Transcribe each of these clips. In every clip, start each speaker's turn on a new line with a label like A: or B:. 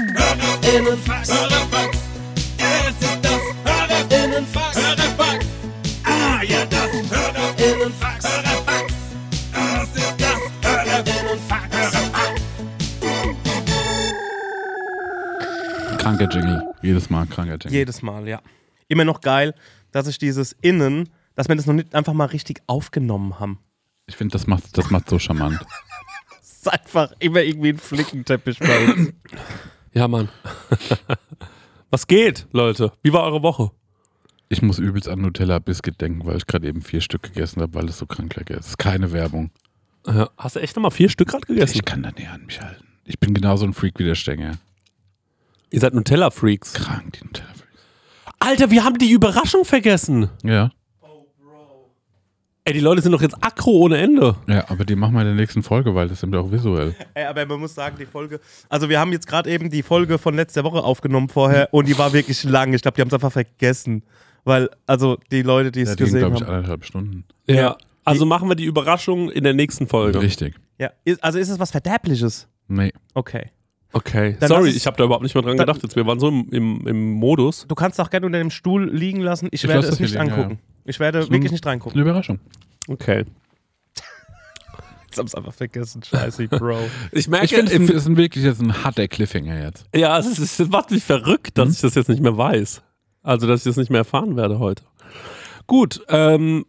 A: Hörerinnenfax. Hörerfax. Es ist das Hörerinnenfax. Hörerfax. Ah, ja, das Hörerinnenfax. Hörerfax. Es ist das Hörerinnenfax. Hörerfax.
B: Kranker Jingle. Jedes Mal kranker Jingle.
C: Jedes Mal, ja. Immer noch geil, dass ich dieses Innen, dass wir das noch nicht einfach mal richtig aufgenommen haben.
B: ich finde, das macht, das macht so charmant.
C: Es ist einfach immer irgendwie ein Flickenteppich bei uns.
D: Ja, Mann. Was geht, Leute? Wie war eure Woche?
B: Ich muss übelst an Nutella Biscuit denken, weil ich gerade eben vier Stück gegessen habe, weil es so krank lecker ist. ist keine Werbung.
D: Ja, hast du echt nochmal vier Stück gerade gegessen?
B: Ich kann da näher an mich halten. Ich bin genauso ein Freak wie der Stängel.
D: Ihr seid Nutella-Freaks.
B: Krank, die Nutella. Freaks.
D: Alter, wir haben die Überraschung vergessen.
B: Ja.
D: Ey, die Leute sind doch jetzt aggro ohne Ende.
B: Ja, aber die machen wir in der nächsten Folge, weil das sind wir auch visuell.
C: Ey, aber man muss sagen, die Folge. Also, wir haben jetzt gerade eben die Folge von letzter Woche aufgenommen vorher und die war wirklich lang. Ich glaube, die haben es einfach vergessen. Weil, also, die Leute, die es
B: Das ging,
C: gesehen
B: glaube ich,
C: haben.
B: anderthalb Stunden.
D: Ja.
C: Ja.
D: Also machen wir die Überraschung in der nächsten Folge.
B: Richtig.
C: Ja, ist, also ist es was Verderbliches?
B: Nee.
C: Okay.
D: Okay.
C: Dann
D: Sorry,
C: lass es-
D: ich habe da überhaupt nicht mehr dran
C: Dann-
D: gedacht. Jetzt, wir waren so im, im, im Modus.
C: Du kannst auch gerne unter dem Stuhl liegen lassen. Ich,
B: Ich
C: werde
B: lass
C: es
B: das hier
C: nicht
B: liegen,
C: angucken. Ich werde
B: Ist
C: wirklich
B: ein-
C: nicht reingucken.
B: Hm. Eine Überraschung.
D: Okay.
C: Jetzt haben es einfach vergessen. Scheiße, Bro.
D: Ich merke,
B: Ich finde, es ist ein, wirklich jetzt ein harter Cliffhanger jetzt.
D: ja, es, ist, es macht mich verrückt, dass ich das jetzt nicht mehr weiß. Also, dass ich das nicht mehr erfahren werde heute. Gut, ähm,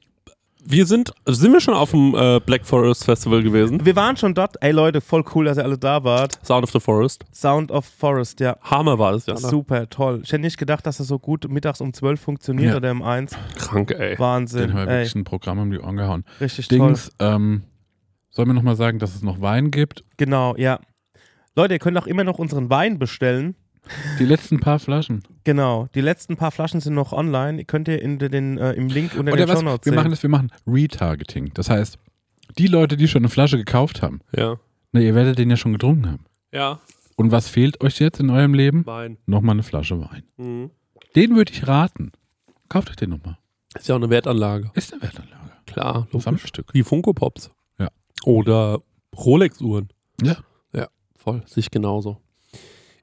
D: wir sind, sind wir schon auf dem äh, Black Forest Festival gewesen?
C: Wir waren schon dort. Ey, Leute, voll cool, dass ihr alle da wart.
D: Sound of the Forest.
C: Sound of Forest, ja.
D: Hammer war das, ja. ne?
C: Super, toll. Ich hätte nicht gedacht, dass das so gut mittags um 12 funktioniert
B: Ja.
C: oder um 1.
D: Krank, ey.
B: Den
C: Wahnsinn.
B: haben wir
C: Ey,
B: wirklich ein Programm um die Ohren gehauen.
C: richtig toll.
B: Dings, ähm, sollen wir nochmal sagen, dass es noch Wein gibt?
C: Genau, ja. Leute, ihr könnt auch immer noch unseren Wein bestellen.
B: Die letzten paar Flaschen.
C: Genau, die letzten paar Flaschen sind noch online. Könnt ihr in den, äh, im Link unter
B: Oder
C: den
B: was?
C: Shownotes
B: Wir
C: sehen.
B: machen das, wir machen Retargeting. Das heißt, die Leute, die schon eine Flasche gekauft haben,
D: Ja.
B: na, ihr werdet den ja schon getrunken haben.
D: Ja,
B: Und was fehlt euch jetzt in eurem Leben?
D: Wein.
B: Nochmal eine Flasche Wein.
D: Mhm.
B: Den würde ich raten. Kauft euch den nochmal.
D: Ist ja auch eine Wertanlage.
B: Ist eine Wertanlage.
D: Klar,
B: Gesamtstück.
D: Wie Funko Pops.
B: Ja.
D: Oder Rolex-Uhren.
B: Ja.
D: Ja, voll. Sich genauso.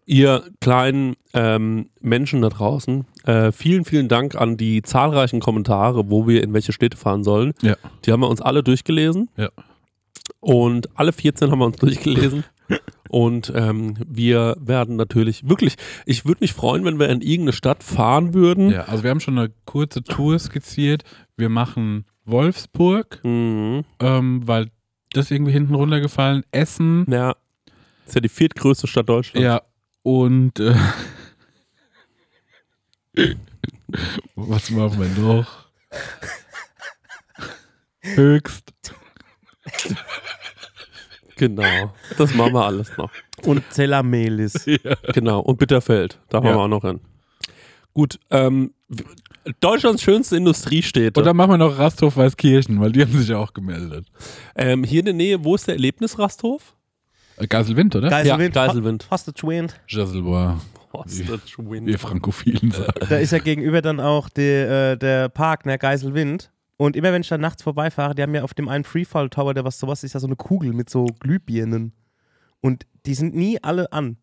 D: Ihr kleinen ähm, Menschen da draußen, äh, vielen, vielen Dank an die zahlreichen Kommentare, wo wir in welche Städte fahren sollen.
B: Ja.
D: Die haben wir uns alle durchgelesen.
B: Ja.
D: Und alle 14 haben wir uns durchgelesen. Und ähm, wir werden natürlich, wirklich, ich würde mich freuen, wenn wir in irgendeine Stadt fahren würden.
B: Ja, also wir haben schon eine kurze Tour skizziert. Wir machen Wolfsburg,
D: Mhm.
B: ähm, weil das irgendwie hinten runtergefallen. Essen.
D: Ja. Ist ja die viertgrößte Stadt Deutschlands.
B: Ja, und äh, was machen wir noch? Höchst.
D: Genau. Das machen wir alles noch.
C: Und Zellamelis.
D: Genau. Und Bitterfeld. Da fahren
B: Ja.
D: wir auch noch hin. Gut. Ähm, w- Deutschlands schönste Industriestädte.
B: Und dann machen wir noch Rasthof Weißkirchen, weil die haben sich ja auch gemeldet.
D: ähm, hier in der Nähe, wo ist der Erlebnisrasthof?
B: Äh, Geiselwind, oder?
C: Geiselwind.
D: Ja, Geiselwind.
C: Ha- Hast du Twint?
B: Geiselbois, wie Frankophilen sagen.
C: Da ist ja gegenüber dann auch die, äh, der Park, ne, Geiselwind. Und immer wenn ich da nachts vorbeifahre, die haben ja auf dem einen Freefall Tower, der was sowas ist, ja so eine Kugel mit so Glühbirnen. Und die sind nie alle an.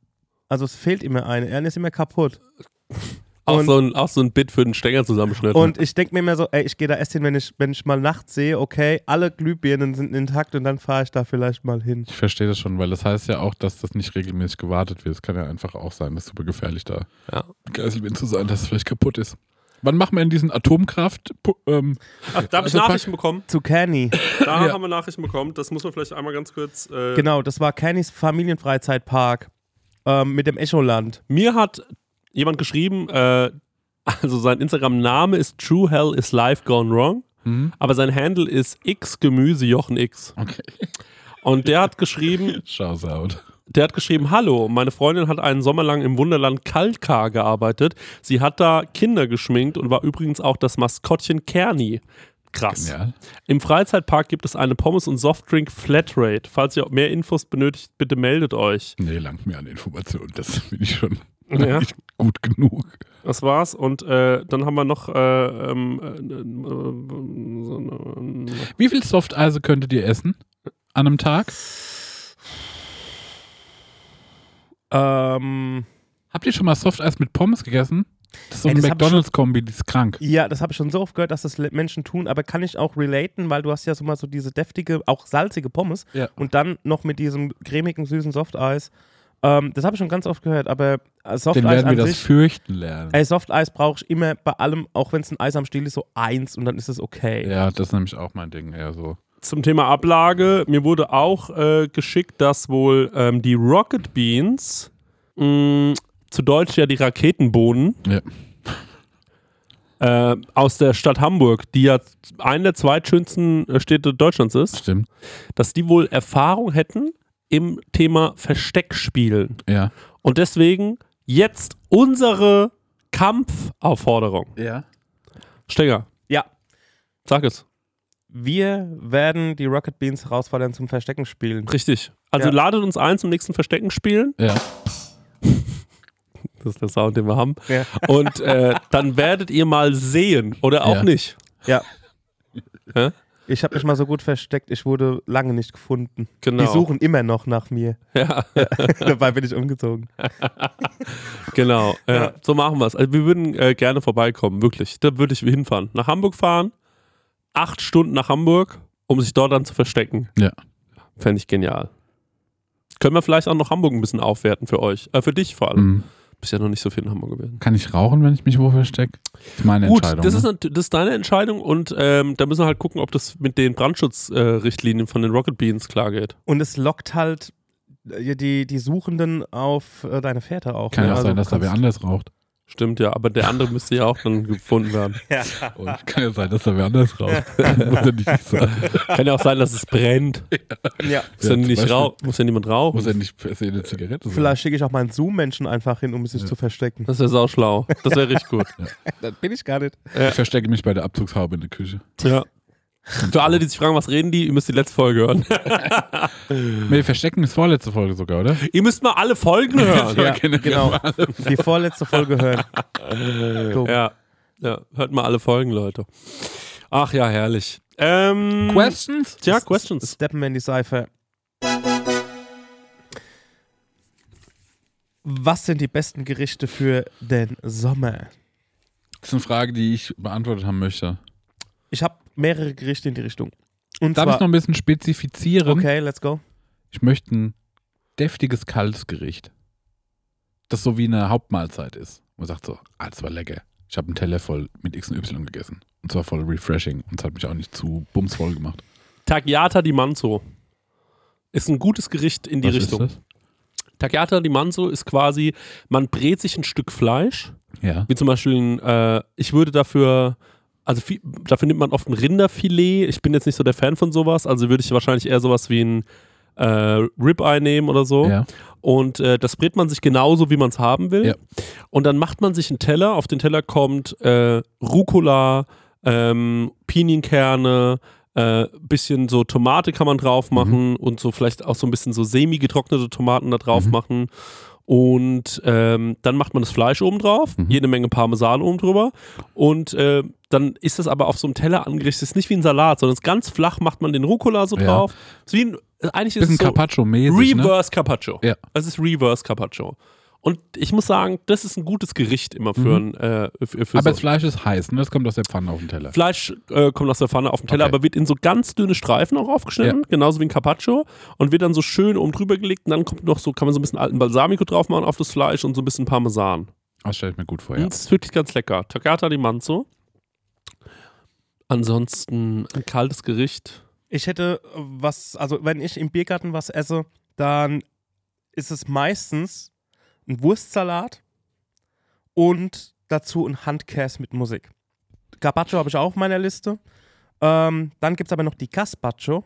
C: Also es fehlt immer eine. Eine ist immer kaputt.
D: Auch
C: Und-
D: so, ein, auch so ein Bit für den Stänger zusammenschnitten.
C: Und ich denke mir immer so, ey, ich gehe da erst hin, wenn ich, wenn ich mal nachts sehe, okay, alle Glühbirnen sind intakt und dann fahre ich da vielleicht mal hin.
B: Ich verstehe das schon, weil das heißt ja auch, dass das nicht regelmäßig gewartet wird. Es kann ja einfach auch sein, dass super gefährlich da
D: Ja.
B: Geiselwind zu sein, dass es vielleicht kaputt ist. Wann machen wir in diesen Atomkraft? pu- Ähm,
D: da habe ich Nachrichten bekommen.
C: Zu Kenny.
D: Da
B: Ja.
D: haben wir Nachrichten bekommen. Das muss man vielleicht einmal ganz kurz. Äh,
C: Genau, das war Kennys Familienfreizeitpark ähm, mit dem Echoland.
D: Mir hat jemand geschrieben, äh, also sein Instagram-Name ist True Hell is Life Gone Wrong, aber sein Handle ist X Gemüse Jochen X.
B: okay.
D: Und der hat geschrieben,
B: Schau's out.
D: der hat geschrieben, hallo, meine Freundin hat einen Sommer lang im Wunderland Kalkar gearbeitet. Sie hat da Kinder geschminkt und war übrigens auch das Maskottchen Kerni. Krass.
B: Genial.
D: Im Freizeitpark gibt es eine Pommes- und Softdrink Flatrate. Falls ihr mehr Infos benötigt, bitte meldet euch.
B: Nee, langt mir an Informationen. Das bin ich schon
D: Ja.
B: nicht gut genug.
D: Das war's. Und äh, dann haben wir noch äh, ähm, äh, äh, so eine-
B: Wie viel Softeise könntet ihr essen an einem Tag?
C: Ähm,
B: Habt ihr schon mal Softeis mit Pommes gegessen? Das ist so
C: Ey,
B: eine
C: das hab ich
B: McDonalds-Kombi, die ist krank.
C: ja, das habe ich schon so oft gehört, dass das le- Menschen tun, aber kann ich auch relaten, weil du hast ja so mal so diese deftige, auch salzige Pommes
B: Ja.
C: und dann noch mit diesem cremigen, süßen Softeis. Ähm, das habe ich schon ganz oft gehört, aber äh,
B: Dann
C: Softeis
B: werden wir
C: an
B: das
C: sich.
B: fürchten lernen.
C: Ey, Softeis brauche ich immer bei allem, auch wenn es ein Eis am Stiel ist, so eins und dann ist es okay.
B: Ja, das ist nämlich auch mein Ding eher so.
D: äh, Zum Thema Ablage, mir wurde auch äh, geschickt, dass wohl ähm, die Rocket Beans, mh, zu Deutsch ja die Raketenbohnen,
B: Ja.
D: äh, aus der Stadt Hamburg, die ja eine der zweitschönsten äh, Städte Deutschlands ist,
B: Stimmt.
D: dass die wohl Erfahrung hätten im Thema Versteckspielen.
B: Ja.
D: Und deswegen jetzt unsere Kampfaufforderung.
B: Ja.
D: Steger,
C: ja.
D: sag es.
C: Wir werden die Rocket Beans herausfordern zum Verstecken spielen.
D: Richtig. Also
C: Ja.
D: ladet uns ein zum nächsten Verstecken spielen.
B: Ja.
D: Das ist der Sound, den wir haben.
C: Ja.
D: Und äh, dann werdet ihr mal sehen oder auch
B: Ja.
D: nicht.
C: ja.
D: Hä?
C: Ich habe mich mal so gut versteckt, ich wurde lange nicht gefunden.
D: Genau.
C: Die suchen immer noch nach mir.
D: Ja,
C: Dabei bin ich umgezogen.
D: genau. Ja. So machen wir es. Also wir würden äh, gerne vorbeikommen, wirklich. Da würde ich hinfahren. Nach Hamburg fahren, acht Stunden nach Hamburg, um sich dort dann zu verstecken.
B: Ja.
D: Fände ich genial. Können wir vielleicht auch noch Hamburg ein bisschen aufwerten für euch. Äh, für dich vor allem.
B: Mhm.
D: Bist ja noch nicht so viel in Hamburg gewesen.
B: Kann ich rauchen, wenn ich mich wo verstecke? Ist meine
D: Gut,
B: Entscheidung.
D: das, ist,
B: ne?
D: nat- das ist deine Entscheidung und ähm, da müssen wir halt gucken, ob das mit den Brandschutzrichtlinien äh, Richtlinien von den Rocket Beans klargeht.
C: Und es lockt halt äh, die, die Suchenden auf äh, deine Fährte auch.
B: Kann
C: ne?
B: ja auch
C: Also
B: sein, dass da
C: kannst-
B: wer anders raucht.
D: Stimmt ja, aber der andere müsste ja auch dann gefunden werden.
B: Und kann ja sein, dass da wer anders raucht. muss ja nicht ich sagen.
D: Kann ja auch sein, dass es brennt.
C: Ja.
D: Muss ja,
B: Ja, zum
D: nicht
B: Beispiel.
D: rauch, muss ja niemand rauchen.
B: Muss ja nicht per se eine Zigarette sein.
C: Vielleicht schicke ich auch meinen Zoom-Menschen einfach hin, um sich zu verstecken.
D: das wäre sauschlau. Das wäre richtig gut.
C: Das bin ich gar nicht.
B: Ich verstecke mich bei der Abzugshaube in der Küche.
D: Ja. Für alle, die sich fragen, was reden die, ihr müsst die letzte Folge hören.
B: Nee, verstecken ist vorletzte Folge sogar, oder?
D: ihr müsst mal alle Folgen hören.
C: Ja,
B: also generell
C: genau. Die vorletzte Folge hören. So.
D: Ja. ja. Hört mal alle Folgen, Leute. Ach ja, herrlich. Ähm,
B: Questions?
D: Tja, Questions.
C: Steppen wir in die Seife. Was sind die besten Gerichte für den Sommer?
B: Das ist eine Frage, die ich beantwortet haben möchte.
C: Ich habe mehrere Gerichte in die Richtung. Und
B: Darf ich
C: zwar,
B: noch ein bisschen spezifizieren?
C: okay, let's go.
B: Ich möchte ein deftiges, kaltes Gericht. Das so wie eine Hauptmahlzeit ist. Man sagt so, ah, das war lecker. Ich habe einen Teller voll mit X und Y gegessen. Und zwar voll refreshing. Und es hat mich auch nicht zu bumsvoll gemacht.
D: Tagliata di Manzo. Ist ein gutes Gericht in die
B: Was
D: Richtung.
B: Ist
D: Tagliata di Manzo ist quasi, man brät sich ein Stück Fleisch.
B: das? Ja.
D: Wie zum Beispiel, ein, äh, ich würde dafür, also viel, dafür nimmt man oft ein Rinderfilet. Ich bin jetzt nicht so der Fan von sowas, also würde ich wahrscheinlich eher sowas wie ein äh, Ribeye nehmen oder so.
B: Ja.
D: Und äh, das brät man sich genauso, wie man es haben will.
B: Ja.
D: Und dann macht man sich einen Teller. Auf den Teller kommt äh, Rucola, ähm, Pinienkerne, äh, bisschen so Tomate kann man drauf machen
B: Mhm.
D: und so vielleicht auch so ein bisschen so semi-getrocknete Tomaten da drauf machen. Und ähm, dann macht man das Fleisch oben drauf,
B: Mhm.
D: jede Menge Parmesan oben drüber. Und äh, dann ist das aber auf so einem Teller angerichtet. Ist nicht wie ein Salat, sondern ist ganz flach macht man den Rucola so
B: Ja.
D: drauf. Ist wie ein, eigentlich ist
B: Bisschen
D: es so,
B: Carpaccio-mäßig, ne?
D: Reverse Carpaccio.
B: Ja.
D: Also Es ist Reverse Carpaccio. Und ich muss sagen, das ist ein gutes Gericht immer für ein äh, für, für
B: Aber das
D: so.
B: Fleisch ist heiß, ne? Das kommt aus der Pfanne auf den Teller.
D: Fleisch äh, kommt aus der Pfanne auf den Teller,
B: Okay.
D: aber wird in so ganz dünne Streifen auch aufgeschnitten, genauso wie ein Carpaccio und wird dann so schön oben drüber gelegt und dann kommt noch so, kann man so ein bisschen alten Balsamico drauf machen auf das Fleisch und so ein bisschen Parmesan.
B: Das stelle ich mir gut vor,
D: Und
B: ja.
D: Das ist wirklich ganz lecker. Tagliata di Manzo. Ansonsten ein kaltes Gericht.
C: Ich hätte äh, was, also wenn ich im Biergarten was esse, dann ist es meistens ein Wurstsalat und dazu ein Handkäse mit Musik. Carpaccio habe ich auch auf meiner Liste. Ähm, dann gibt es aber noch die Caspacho,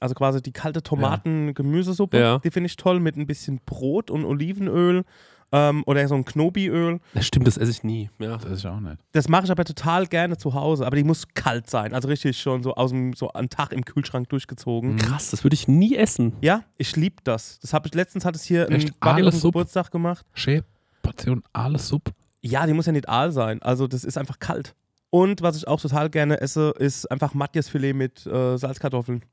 C: also quasi die kalte Tomaten-Gemüsesuppe.
D: Ja.
C: Die finde ich toll mit ein bisschen Brot und Olivenöl ähm, oder so ein Knobiöl.
D: Das stimmt, das esse ich nie. Mhm. Ja.
B: Das ist ja auch nicht.
C: Das mache ich aber total gerne zu Hause, aber die muss kalt sein. Also richtig schon so aus dem, so einen Tag im Kühlschrank durchgezogen.
D: Krass, das würde ich nie essen.
C: Ja, ich lieb das. Das habe ich letztens hat es hier ein
B: Echt?
C: Buddy auf dem
B: Aalsuppe?
C: Geburtstag gemacht.
B: Schä, Portion, alles Sub.
C: Ja, die muss ja nicht aal sein. Also das ist einfach kalt. Und was ich auch total gerne esse, ist einfach Matjesfilet mit äh, Salzkartoffeln.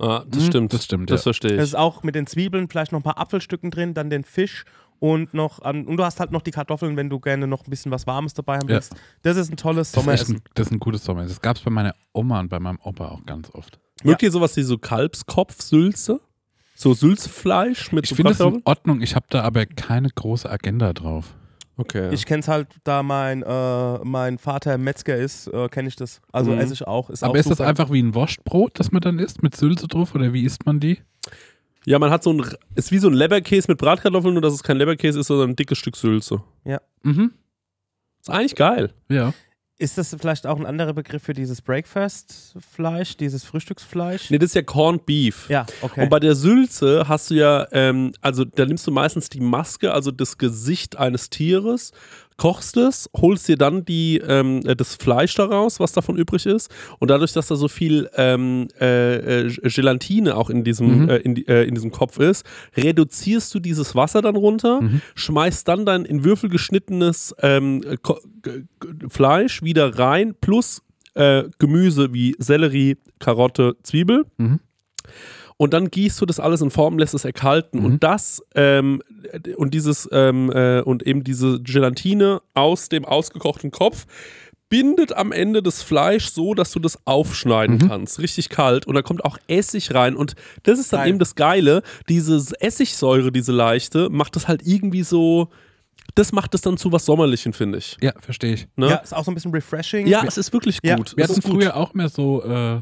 D: Ah, das
B: Hm,
D: stimmt.
B: das stimmt,
D: Das
B: ja.
D: verstehe
C: Das
D: ich.
C: ist auch mit den Zwiebeln, vielleicht noch ein paar Apfelstücken drin, dann den Fisch und noch an, und du hast halt noch die Kartoffeln, wenn du gerne noch ein bisschen was Warmes dabei haben
B: Ja.
C: willst. Das ist ein tolles
B: Das ist, echt ein,
C: Sommeressen.
B: das ist ein gutes Sommeressen. Das gab es bei meiner Oma und bei meinem Opa auch ganz oft.
D: Mögt ihr sowas wie so Kalbskopfsülze? So Sülzfleisch mit
B: Ich
D: so
B: finde es in
D: Kartoffeln?
B: Ordnung, ich habe da aber keine große Agenda drauf.
D: Okay.
C: Ich kenn's halt, da mein, äh, mein Vater Metzger ist, äh, kenne ich das. Also
D: Mhm.
C: esse ich auch. Ist auch
B: aber ist das
C: super.
B: einfach wie ein Wurstbrot, das man dann isst mit Sülze drauf oder wie isst man die?
D: ja, man hat so ein, ist wie so ein Leberkäse mit Bratkartoffeln, nur dass es kein Leberkäse ist, sondern ein dickes Stück Sülze.
B: Mhm.
D: Ist eigentlich geil.
B: Ja.
C: Ist das vielleicht auch ein anderer Begriff für dieses Breakfast-Fleisch, dieses Frühstücksfleisch?
D: Nee, das ist ja Corned Beef.
C: Ja, okay.
D: Und bei der Sülze hast du ja, ähm, also da nimmst du meistens die Maske, also das Gesicht eines Tieres, kochst es, holst dir dann die, ähm, äh, das Fleisch daraus, was davon übrig ist. Und dadurch, dass da so viel ähm, äh, äh, Gelatine auch in diesem,
B: Mhm.
D: äh, in, die- äh, in diesem Kopf ist, reduzierst du dieses Wasser dann runter,
B: Mhm.
D: schmeißt dann dein in Würfel geschnittenes ähm, äh, Ko- g- g- Fleisch wieder rein, plus äh, Gemüse wie Sellerie, Karotte, Zwiebel.
B: Mhm.
D: Und dann gießt du das alles in Form, lässt es erkalten.
B: Mhm.
D: Und das ähm, und dieses ähm, äh, und eben diese Gelatine aus dem ausgekochten Kopf bindet am Ende das Fleisch so, dass du das aufschneiden
B: Mhm.
D: kannst. Richtig kalt. Und da kommt auch Essig rein. Und das ist dann
C: Geil.
D: eben das Geile. Diese Essigsäure, diese leichte, macht das halt irgendwie so. Das macht es dann zu was Sommerlichen, finde ich.
B: Ja, verstehe ich.
D: Ne?
C: ja,
D: Ja,
C: ist auch so ein bisschen refreshing.
D: es ist wirklich
C: Ja,
D: gut.
B: Wir
D: es
B: hatten
D: ist gut.
B: früher auch immer so, äh,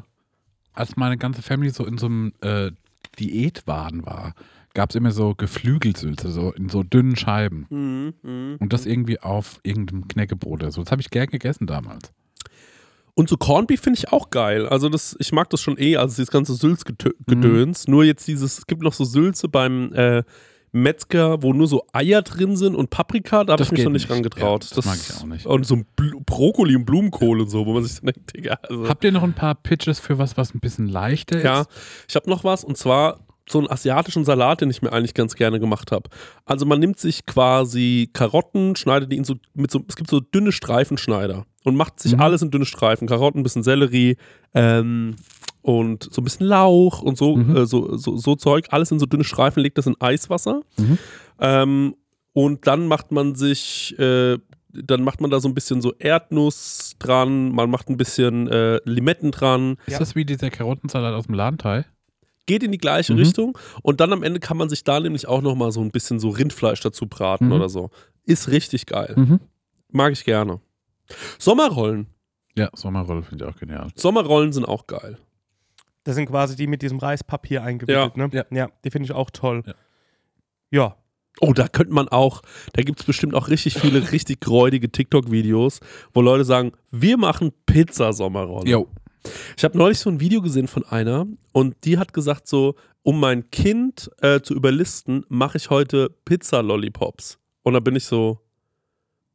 B: als meine ganze Family so in so einem äh, Diätwahn war, gab es immer so Geflügelsülze, so in so dünnen Scheiben.
D: Mhm, mhm.
B: Und das irgendwie auf irgendeinem Knäckebrot oder so. Das habe ich gern gegessen damals.
D: Und so Corned Beef finde ich auch geil. Also das, ich mag das schon eh, also dieses ganze Sülzgedöns.
B: Mhm.
D: Nur jetzt dieses, es gibt noch so Sülze beim äh, Metzger, wo nur so Eier drin sind und Paprika, da habe
B: Das
D: ich mich
B: geht
D: noch nicht
B: nicht.
D: rangetraut.
B: Ja, das mag ich auch nicht.
D: Und so ein Blu- Brokkoli und Blumenkohl und so, wo man sich dann denkt, Digga, also.
B: Habt ihr noch ein paar Pitches für was, was ein bisschen leichter
D: Ja,
B: ist?
D: ich habe noch was und zwar so einen asiatischen Salat, den ich mir eigentlich ganz gerne gemacht habe. Also man nimmt sich quasi Karotten, schneidet die in so mit so es gibt so dünne Streifenschneider und macht sich
B: Mhm.
D: alles in dünne Streifen, Karotten, ein bisschen Sellerie ähm, und so ein bisschen Lauch und so,
B: Mhm.
D: äh, so, so so Zeug, alles in so dünne Streifen, legt das in Eiswasser
B: Mhm.
D: ähm, und dann macht man sich, äh, dann macht man da so ein bisschen so Erdnuss dran, man macht ein bisschen äh, Limetten dran,
B: Ist
C: Ja.
B: das wie dieser Karottensalat aus dem Ladenteil?
D: geht in die gleiche
B: Mhm.
D: Richtung und dann am Ende kann man sich da nämlich auch noch mal so ein bisschen so Rindfleisch dazu braten
B: Mhm.
D: oder so. Ist richtig geil.
B: Mhm.
D: Mag ich gerne. Sommerrollen.
B: Ja, Sommerrolle finde ich auch genial.
D: Sommerrollen sind auch geil.
C: Das sind quasi die mit diesem Reispapier eingewickelt, ne?
B: ja.
C: die finde ich auch toll.
B: Ja.
C: Ja.
D: Oh, da könnte man auch, da gibt es bestimmt auch richtig viele richtig gräudige TikTok-Videos, wo Leute sagen, wir machen Pizza-Sommerrollen.
B: Jo.
D: Ich habe neulich so ein Video gesehen von einer und die hat gesagt so, um mein Kind äh, zu überlisten, mache ich heute Pizza-Lollipops. Und da bin ich so,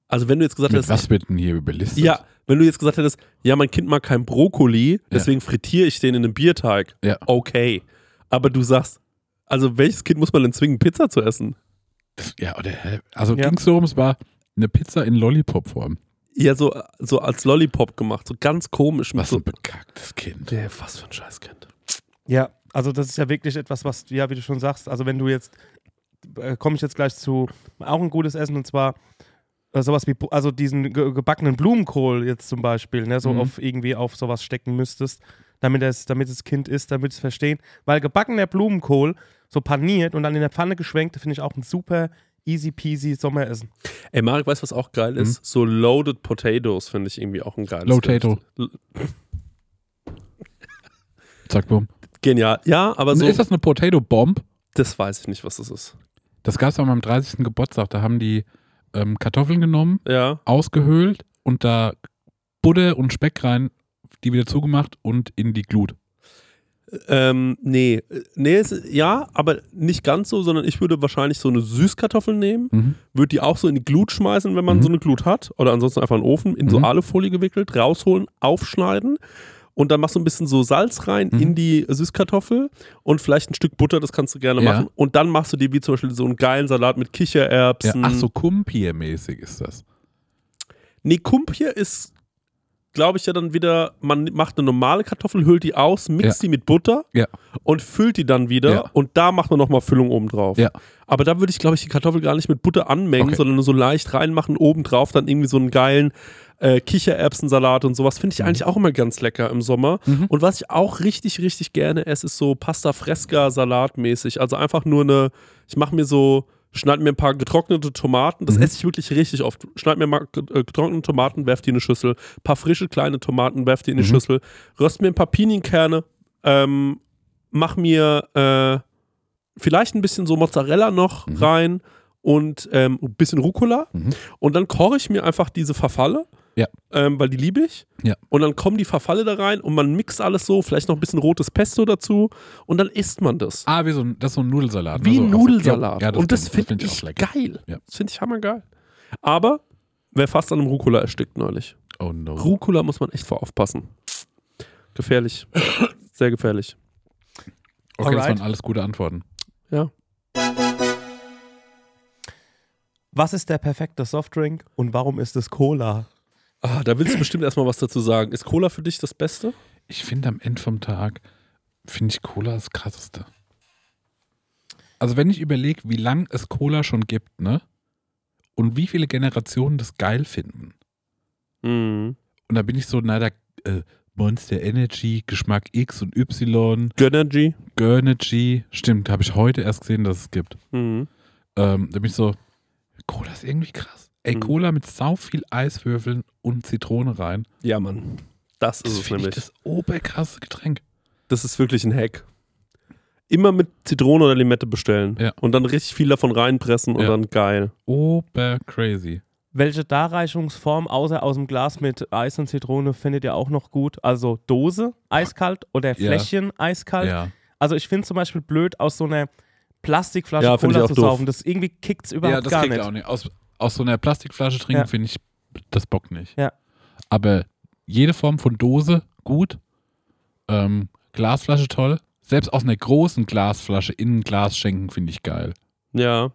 D: also wenn du jetzt gesagt
B: Mit
D: hättest,
B: was wird denn hier überlistet?
D: ja, wenn du jetzt gesagt hättest, ja, mein Kind mag kein Brokkoli, deswegen frittiere ich den in einem Bierteig.
B: Ja.
D: Okay. Aber du sagst, also welches Kind muss man denn zwingen, Pizza zu essen?
B: Das, ja oder, hä? also
C: Ja.
B: ging es so rum, es war eine Pizza in Lollipop-Form.
D: Ja, so, so als Lollipop gemacht, so ganz komisch. mit
B: Was
D: so,
B: ein bekacktes Kind.
D: der, was für ein Scheißkind.
C: Ja, also das ist ja wirklich etwas, was, ja, wie du schon sagst, also wenn du jetzt, äh, komme ich jetzt gleich zu, auch ein gutes Essen und zwar äh, sowas wie, Bu- also diesen ge gebackenen Blumenkohl jetzt zum Beispiel, ne, so
B: Mhm.
C: auf irgendwie auf sowas stecken müsstest, damit es, damit es Kind ist, damit es verstehen, weil gebackener Blumenkohl, so paniert und dann in der Pfanne geschwenkt, finde ich auch ein super easy peasy Sommeressen.
D: Ey, Marek, weißt du, was auch geil ist? So Loaded Potatoes finde ich irgendwie auch ein geiles
B: Low-Tato.
D: Gericht.
B: Zack, bumm.
D: Genial. Ja, aber so,
B: ist das eine Potato Bomb?
D: das weiß ich nicht, was das ist.
B: Das gab es an meinem 30. Geburtstag. Da haben die ähm, Kartoffeln genommen,
D: Ja.
B: ausgehöhlt und da Butter und Speck rein, die wieder zugemacht und in die Glut.
D: Ähm, nee. Nee, es, ja, aber nicht ganz so, sondern ich würde wahrscheinlich so eine Süßkartoffel nehmen,
B: Mhm.
D: würde die auch so in die Glut schmeißen, wenn man
B: Mhm.
D: so eine Glut hat, oder ansonsten einfach in den Ofen, in so
B: Mhm.
D: Alufolie gewickelt, rausholen, aufschneiden und dann machst du ein bisschen so Salz rein
B: Mhm.
D: in die Süßkartoffel und vielleicht ein Stück Butter, das kannst du gerne
B: Ja.
D: machen. Und dann machst du dir wie zum Beispiel so einen geilen Salat mit
B: Ja,
D: Kichererbsen.
B: ach so, Kumpir-mäßig ist das.
D: Nee, Kumpje ist glaube ich, ja dann wieder, man macht eine normale Kartoffel, hüllt die aus, mixt
B: Ja.
D: die mit Butter
B: Ja.
D: und füllt die dann wieder
B: Ja.
D: und da macht man nochmal Füllung oben drauf.
B: Ja.
D: Aber da würde ich, glaube ich, die Kartoffel gar nicht mit Butter anmengen,
B: Okay.
D: sondern nur so leicht reinmachen, oben drauf dann irgendwie so einen geilen äh, Kichererbsensalat und sowas. Finde ich eigentlich auch immer ganz lecker im Sommer. Und was ich auch richtig, richtig gerne esse, ist so Pasta Fresca salatmäßig. Also einfach nur eine, ich mache mir so, schneide mir ein paar getrocknete Tomaten, das esse ich wirklich richtig oft. Schneide mir mal get- äh, getrocknete Tomaten, werf die in eine Schüssel, ein paar frische kleine Tomaten, werf die in eine Schüssel, röst mir ein paar Pinienkerne, ähm, mach mir äh, vielleicht ein bisschen so Mozzarella noch
B: Mhm.
D: rein und ähm, ein bisschen Rucola. Und dann koche ich mir einfach diese Verfalle,
B: Ja.
D: ähm, weil die liebe ich.
B: Ja.
D: Und dann kommen die Verfalle da rein und man mixt alles so, vielleicht noch ein bisschen rotes Pesto dazu und dann isst man das.
B: Ah, wie so ein, das ist so ein Nudelsalat. ne?
D: Wie
B: so,
D: ein Nudelsalat.
B: Ja,
D: und das
B: kenn
D: finde
B: kenn
D: ich, geil.
B: Ja.
D: Das finde ich hammergeil. Aber wer fast an einem Rucola erstickt neulich.
B: Oh no.
D: Rucola muss man echt vor aufpassen. Gefährlich. Sehr gefährlich.
B: okay, das
C: Alright.
B: waren alles gute Antworten.
D: Ja.
C: Was ist der perfekte Softdrink und warum ist es Cola?
D: Ah, da willst du bestimmt erstmal was dazu sagen. Ist Cola für dich das Beste?
B: Ich finde am Ende vom Tag, finde ich Cola das krasseste. Also wenn ich überlege, wie lange es Cola schon gibt, ne? Und wie viele Generationen das geil finden.
D: Mhm.
B: Und da bin ich so, na, da äh, Monster Energy, Geschmack X und Y,
D: Gönnergy?
B: Gurnergy, stimmt, habe ich heute erst gesehen, dass es gibt.
D: Mhm.
B: Ähm, da bin ich so, Cola ist irgendwie krass. Ey,
D: Mhm.
B: Cola mit sau viel Eiswürfeln und Zitrone rein.
D: Ja, Mann. Das ist
B: Das
D: es
B: finde ich
D: nämlich.
B: das oberkrasse Getränk.
D: Das ist wirklich ein Hack. Immer mit Zitrone oder Limette bestellen.
B: Ja.
D: Und dann richtig viel davon reinpressen und
B: Ja.
D: dann geil.
B: Obercrazy.
C: Welche Darreichungsform außer aus dem Glas mit Eis und Zitrone findet ihr auch noch gut? Also Dose eiskalt oder
B: Ja.
C: Fläschchen eiskalt?
B: Ja.
C: Also ich finde zum Beispiel blöd, aus so einer Plastikflasche
D: Ja, find
C: Cola
D: ich
C: zu
D: auch doof.
C: saufen. Das irgendwie kickt es überhaupt
B: Ja, das
C: gar
B: kriegt
C: nicht.
B: er auch nicht. Aus, aus so einer Plastikflasche trinken
C: Ja.
B: finde ich, das bockt nicht.
C: Ja.
B: Aber jede Form von Dose gut. Ähm, Glasflasche toll. Selbst aus einer großen Glasflasche in ein Glas schenken finde ich geil.
D: Ja.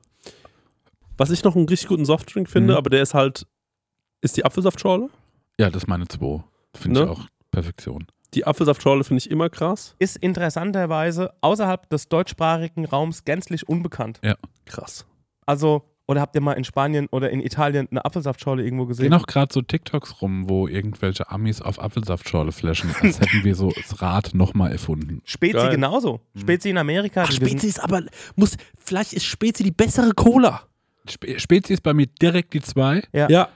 D: Was ich noch einen richtig guten Softdrink finde,
B: Mhm.
D: aber der ist halt, ist die Apfelsaftschorle.
B: Ja, das ist meine 2. Finde
D: Ne?
B: ich auch Perfektion.
D: Die Apfelsaftschorle finde ich immer krass.
C: Ist interessanterweise außerhalb des deutschsprachigen Raums gänzlich unbekannt.
D: Krass.
C: Also, oder habt ihr mal in Spanien oder in Italien eine Apfelsaftschorle irgendwo
B: Gehen
C: gesehen?
B: auch gerade so TikToks rum, wo irgendwelche Amis auf Apfelsaftschorle flashen, als hätten wir so das Rad nochmal erfunden.
C: Spezi
D: Geil.
C: genauso. Spezi in Amerika. die wissen-
D: ist aber, muss, vielleicht ist Spezi die bessere Cola.
B: Spe Spezi ist bei mir direkt die 2,
C: Ja.
D: Ja.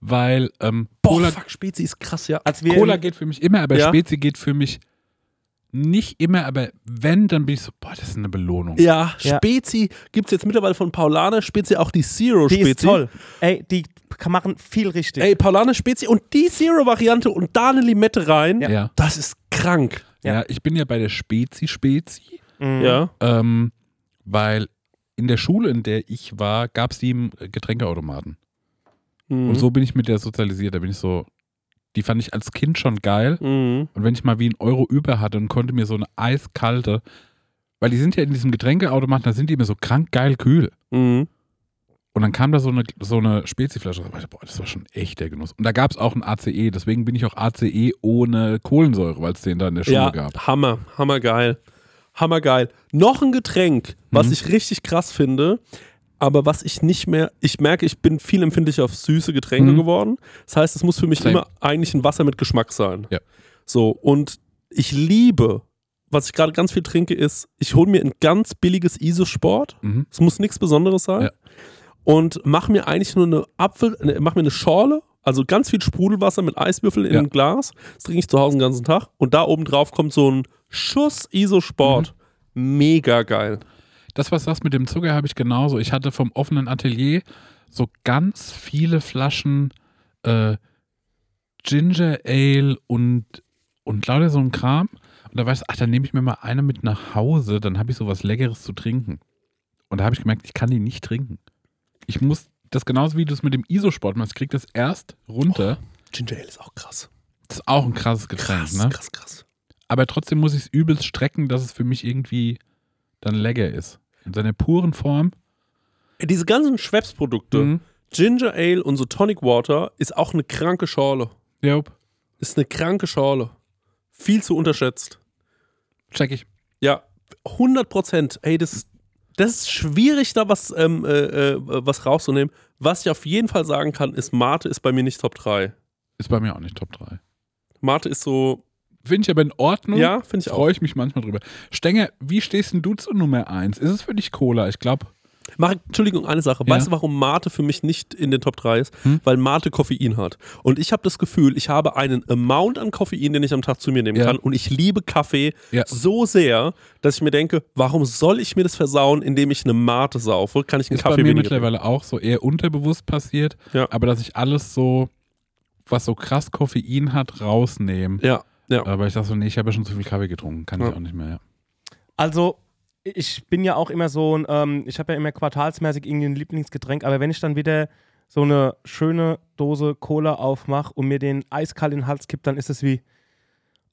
B: weil ähm,
D: Boah,
B: Cola
D: fuck, Spezi ist krass, ja.
C: Als wir
B: Cola
C: im-
B: geht für mich immer, aber
D: Ja.
B: Spezi geht für mich nicht immer, aber wenn, dann bin ich so, boah, das ist eine Belohnung.
D: Ja,
C: Ja.
D: Spezi gibt es jetzt mittlerweile von Paulaner Spezi, auch die Zero
C: Die
D: Spezi.
C: ist toll. Ey, die k- machen viel richtig.
D: Ey, Paulaner Spezi und die Zero-Variante und da eine Limette rein.
B: Ja.
D: Das ist krank.
B: Ja, ich bin ja bei der Spezi-Spezi,
C: Mhm.
D: Ja.
B: ähm, weil in der Schule, in der ich war, gab es die im Getränkeautomaten.
D: Mhm.
B: Und so bin ich mit der sozialisiert. Da bin ich so, die fand ich als Kind schon geil.
D: Mhm.
B: Und wenn ich mal wie einen Euro über hatte und konnte mir so eine eiskalte, weil die sind ja in diesem Getränkeautomaten, da sind die immer so krank geil kühl.
D: Mhm. Und
B: Und dann kam da so eine, so eine Speziflasche. raus. Ich dachte, Boah, das war schon echt der Genuss. Und da gab es auch ein ACE. Deswegen bin ich auch ACE ohne Kohlensäure, weil es den da in der Schule
D: ja,
B: gab.
D: Hammer, hammergeil. Hammergeil. Noch ein Getränk,
B: Mhm.
D: was ich richtig krass finde, aber was ich nicht mehr, ich merke, ich bin viel empfindlicher auf süße Getränke
B: Mhm.
D: geworden. Das heißt, es muss für mich
B: Same.
D: immer eigentlich ein Wasser mit Geschmack sein.
B: Ja.
D: So, und ich liebe, was ich gerade ganz viel trinke, ist, ich hole mir ein ganz billiges Isosport.
B: Mhm.
D: Es muss nichts Besonderes sein.
B: Ja.
D: Und mach mir eigentlich nur eine Apfel, ne, mach mir eine Schorle, also ganz viel Sprudelwasser mit Eiswürfel in
B: Ja.
D: ein Glas. Das trinke ich zu Hause den ganzen Tag. Und da oben drauf kommt so ein Schuss Isosport.
B: Mhm.
D: Mega geil.
B: Das, was du sagst mit dem Zucker, habe ich genauso. Ich hatte vom offenen Atelier so ganz viele Flaschen äh, Ginger Ale und, und lauter so ein Kram. Und da war ich so, ach, dann nehme ich mir mal eine mit nach Hause. Dann habe ich so was Leckeres zu trinken. Und da habe ich gemerkt, ich kann die nicht trinken. Ich muss das genauso wie du es mit dem Isosport machst. Ich krieg das erst runter.
D: Ginger Ale ist auch krass.
B: Das ist auch ein krasses Getränk,
D: Oh. Krass,
B: ne?
D: krass, krass.
B: Aber trotzdem muss ich es übelst strecken, dass es für mich irgendwie dann lecker ist. In seiner puren Form.
D: Ey, Diese ganzen Schwepps-Produkte,
B: Mhm.
D: Ginger Ale und so Tonic Water, ist auch eine kranke Schorle.
B: Jupp.
D: Ist eine kranke Schorle. Viel zu unterschätzt.
B: Check ich.
D: Ja, 100 Prozent. Ey, das, das ist schwierig, da was, ähm, äh, äh, was rauszunehmen. Was ich auf jeden Fall sagen kann, ist, Mate ist bei mir nicht Top 3.
B: Ist bei mir auch nicht Top 3.
D: Mate ist so,
B: Finde ich aber in Ordnung.
D: ja, finde ich auch.
B: Freue ich mich manchmal drüber. Stenger, wie stehst denn du zu Nummer 1? Ist es für dich Cola? Ich glaube,
D: Mach, Entschuldigung, eine Sache.
B: Ja.
D: Weißt du, warum Mate für mich nicht in den Top 3 ist?
B: Hm?
D: Weil Mate Koffein hat. Und ich habe das Gefühl, ich habe einen Amount an Koffein, den ich am Tag zu mir nehmen
B: Ja.
D: kann. Und ich liebe Kaffee
B: Ja.
D: so sehr, dass ich mir denke, warum soll ich mir das versauen, indem ich eine Mate saufe? Kann ich einen
B: ist
D: Kaffee
B: bei mir
D: weniger
B: mittlerweile auch so eher unterbewusst passiert.
D: Ja.
B: Aber dass ich alles so, was so krass Koffein hat, rausnehme.
D: trinken? Ja, ja.
B: Aber ich dachte so, nee, ich habe ja schon zu viel Kaffee getrunken. Kann
D: Ja.
B: ich auch nicht mehr. Ja.
C: Also, ich bin ja auch immer so ein, ähm, ich habe ja immer quartalsmäßig irgendein Lieblingsgetränk, aber wenn ich dann wieder so eine schöne Dose Cola aufmache und mir den eiskalt in den Hals kippt, dann ist es wie,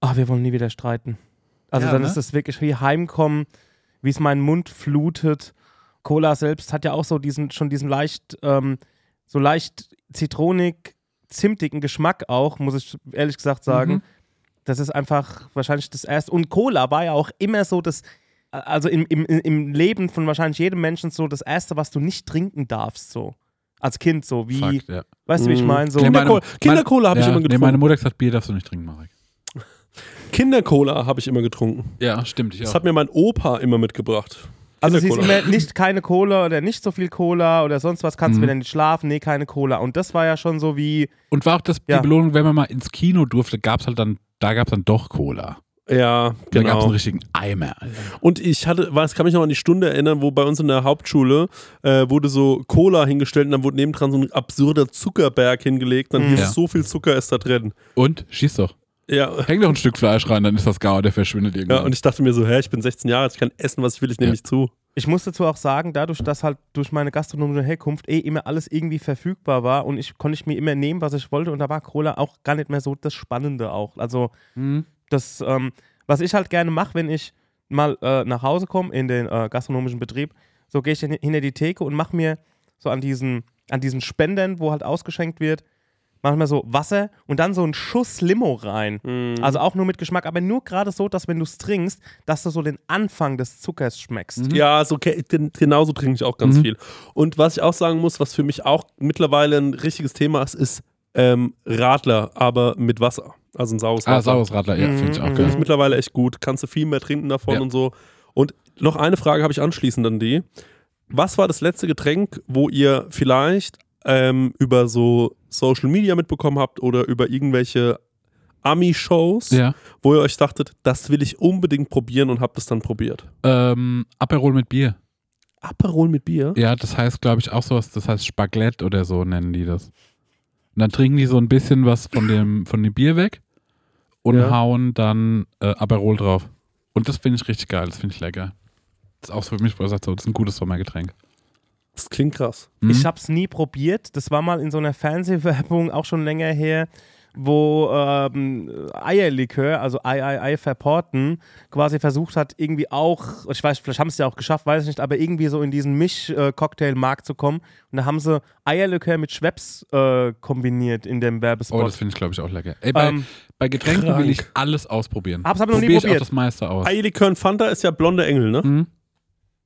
C: ah, wir wollen nie wieder streiten. Also
B: Ja,
C: dann
B: ne?
C: ist es wirklich wie Heimkommen, wie es meinen Mund flutet. Cola selbst hat ja auch so diesen, schon diesen leicht, ähm, so leicht zitronig, zimtigen Geschmack auch, muss ich ehrlich gesagt sagen.
B: Mhm.
C: Das ist einfach wahrscheinlich das erste. Und Cola war ja auch immer so das, also im, im, im Leben von wahrscheinlich jedem Menschen so das erste, was du nicht trinken darfst, so. Als Kind, so wie,
B: Fakt, ja.
C: weißt du, wie ich
D: Mhm.
C: meine? So,
B: Nee,
D: Kindercola-
B: meine-
D: Kindercola habe ich immer
B: Nee, meine
D: getrunken.
B: Mutter hat gesagt, Bier darfst du nicht trinken, Marek.
D: Kindercola habe ich immer getrunken.
B: Ja, stimmt. Ich
D: Das hat mir mein Opa immer mitgebracht.
C: also sie ist
D: Kindercola.
C: immer nicht keine Cola oder nicht so viel Cola oder sonst was, kannst
B: Mhm.
C: du wieder nicht schlafen, nee, keine Cola. Und das war ja schon so wie,
B: Und war auch das
C: Ja.
B: die Belohnung, wenn man mal ins Kino durfte, gab es halt dann, da gab es dann doch Cola.
D: Ja,
B: Da gab es einen
D: genau.
B: richtigen Eimer. Alter.
D: Und ich hatte, was kann mich noch an die Stunde erinnern, wo bei uns in der Hauptschule äh, wurde so Cola hingestellt und dann wurde nebendran so ein absurder Zuckerberg hingelegt. Dann
C: Mhm.
D: hieß
B: Ja.
D: es, so viel Zucker ist da drin.
B: Und schieß doch.
D: Ja.
B: Häng doch ein Stück Fleisch rein, dann ist das gar, der verschwindet
D: ja.
B: irgendwann.
D: Und ich dachte mir so, hä, ich bin 16 Jahre alt, ich kann essen, was ich will, ich nehme
B: Ja.
D: nicht zu.
C: ich muss dazu auch sagen, dadurch, dass halt durch meine gastronomische Herkunft eh immer alles irgendwie verfügbar war und ich konnte ich mir immer nehmen, was ich wollte und da war Cola auch gar nicht mehr so das Spannende auch. Also
B: Mhm.
C: das, ähm, was ich halt gerne mache, wenn ich mal äh, nach Hause komme in den äh, gastronomischen Betrieb, so gehe ich hin- hinter die Theke und mache mir so an diesen, an diesen Spendern, wo halt ausgeschenkt wird, mache ich mir so Wasser und dann so einen Schuss Limo rein. Also auch nur mit Geschmack, aber nur gerade so, dass wenn du es trinkst, dass du so den Anfang des Zuckers schmeckst.
B: Mhm.
D: Ja, so ke- gen- genauso trinke ich auch ganz viel. Und was ich auch sagen muss, was für mich auch mittlerweile ein richtiges Thema ist, ist ähm, Radler, aber mit Wasser. Also ein saures Radler.
B: Ah, saures Radler, ja,
C: Mhm,
B: finde ich auch
C: mhm.
D: Finde ich
B: geil.
D: mittlerweile echt gut. Kannst du viel mehr trinken davon
B: Ja.
D: und so. Und noch eine Frage habe ich anschließend an die. Was war das letzte Getränk, wo ihr vielleicht ähm, über so Social Media mitbekommen habt oder über irgendwelche Ami-Shows,
B: Ja.
D: wo ihr euch dachtet, das will ich unbedingt probieren und habt es dann probiert?
B: Ähm, Aperol mit Bier.
D: Aperol mit Bier?
B: Ja, das heißt, glaube ich, auch sowas, das heißt Spaglett oder so nennen die das. Und dann trinken die so ein bisschen was von dem, von dem Bier weg und
D: Ja.
B: hauen dann äh, Aperol drauf. Und das finde ich richtig geil, das finde ich lecker. Das ist auch so für mich, wo ich sag, so, das ist ein gutes Sommergetränk.
D: Das klingt krass.
B: Mhm.
C: Ich habe es nie probiert. Das war mal in so einer Fernsehwerbung auch schon länger her, wo ähm, Eierlikör, also Ei, Ei, Ei verporten, quasi versucht hat, irgendwie auch, ich weiß, vielleicht haben sie ja auch geschafft, weiß ich nicht, aber irgendwie so in diesen Misch-Cocktail-Markt zu kommen. Und da haben sie Eierlikör mit Schweppes äh, kombiniert in dem
B: Oh,
C: Werbespot.
B: das finde ich, glaube ich, auch lecker. Ey, bei,
C: Ähm,
B: bei Getränken
D: krank.
B: will ich alles ausprobieren.
C: Hab's aber noch nie
B: Probier
C: probiert.
B: Ich auch das meiste aus.
D: Eierlikör und Fanta ist ja blonde Engel, ne?
B: Mhm.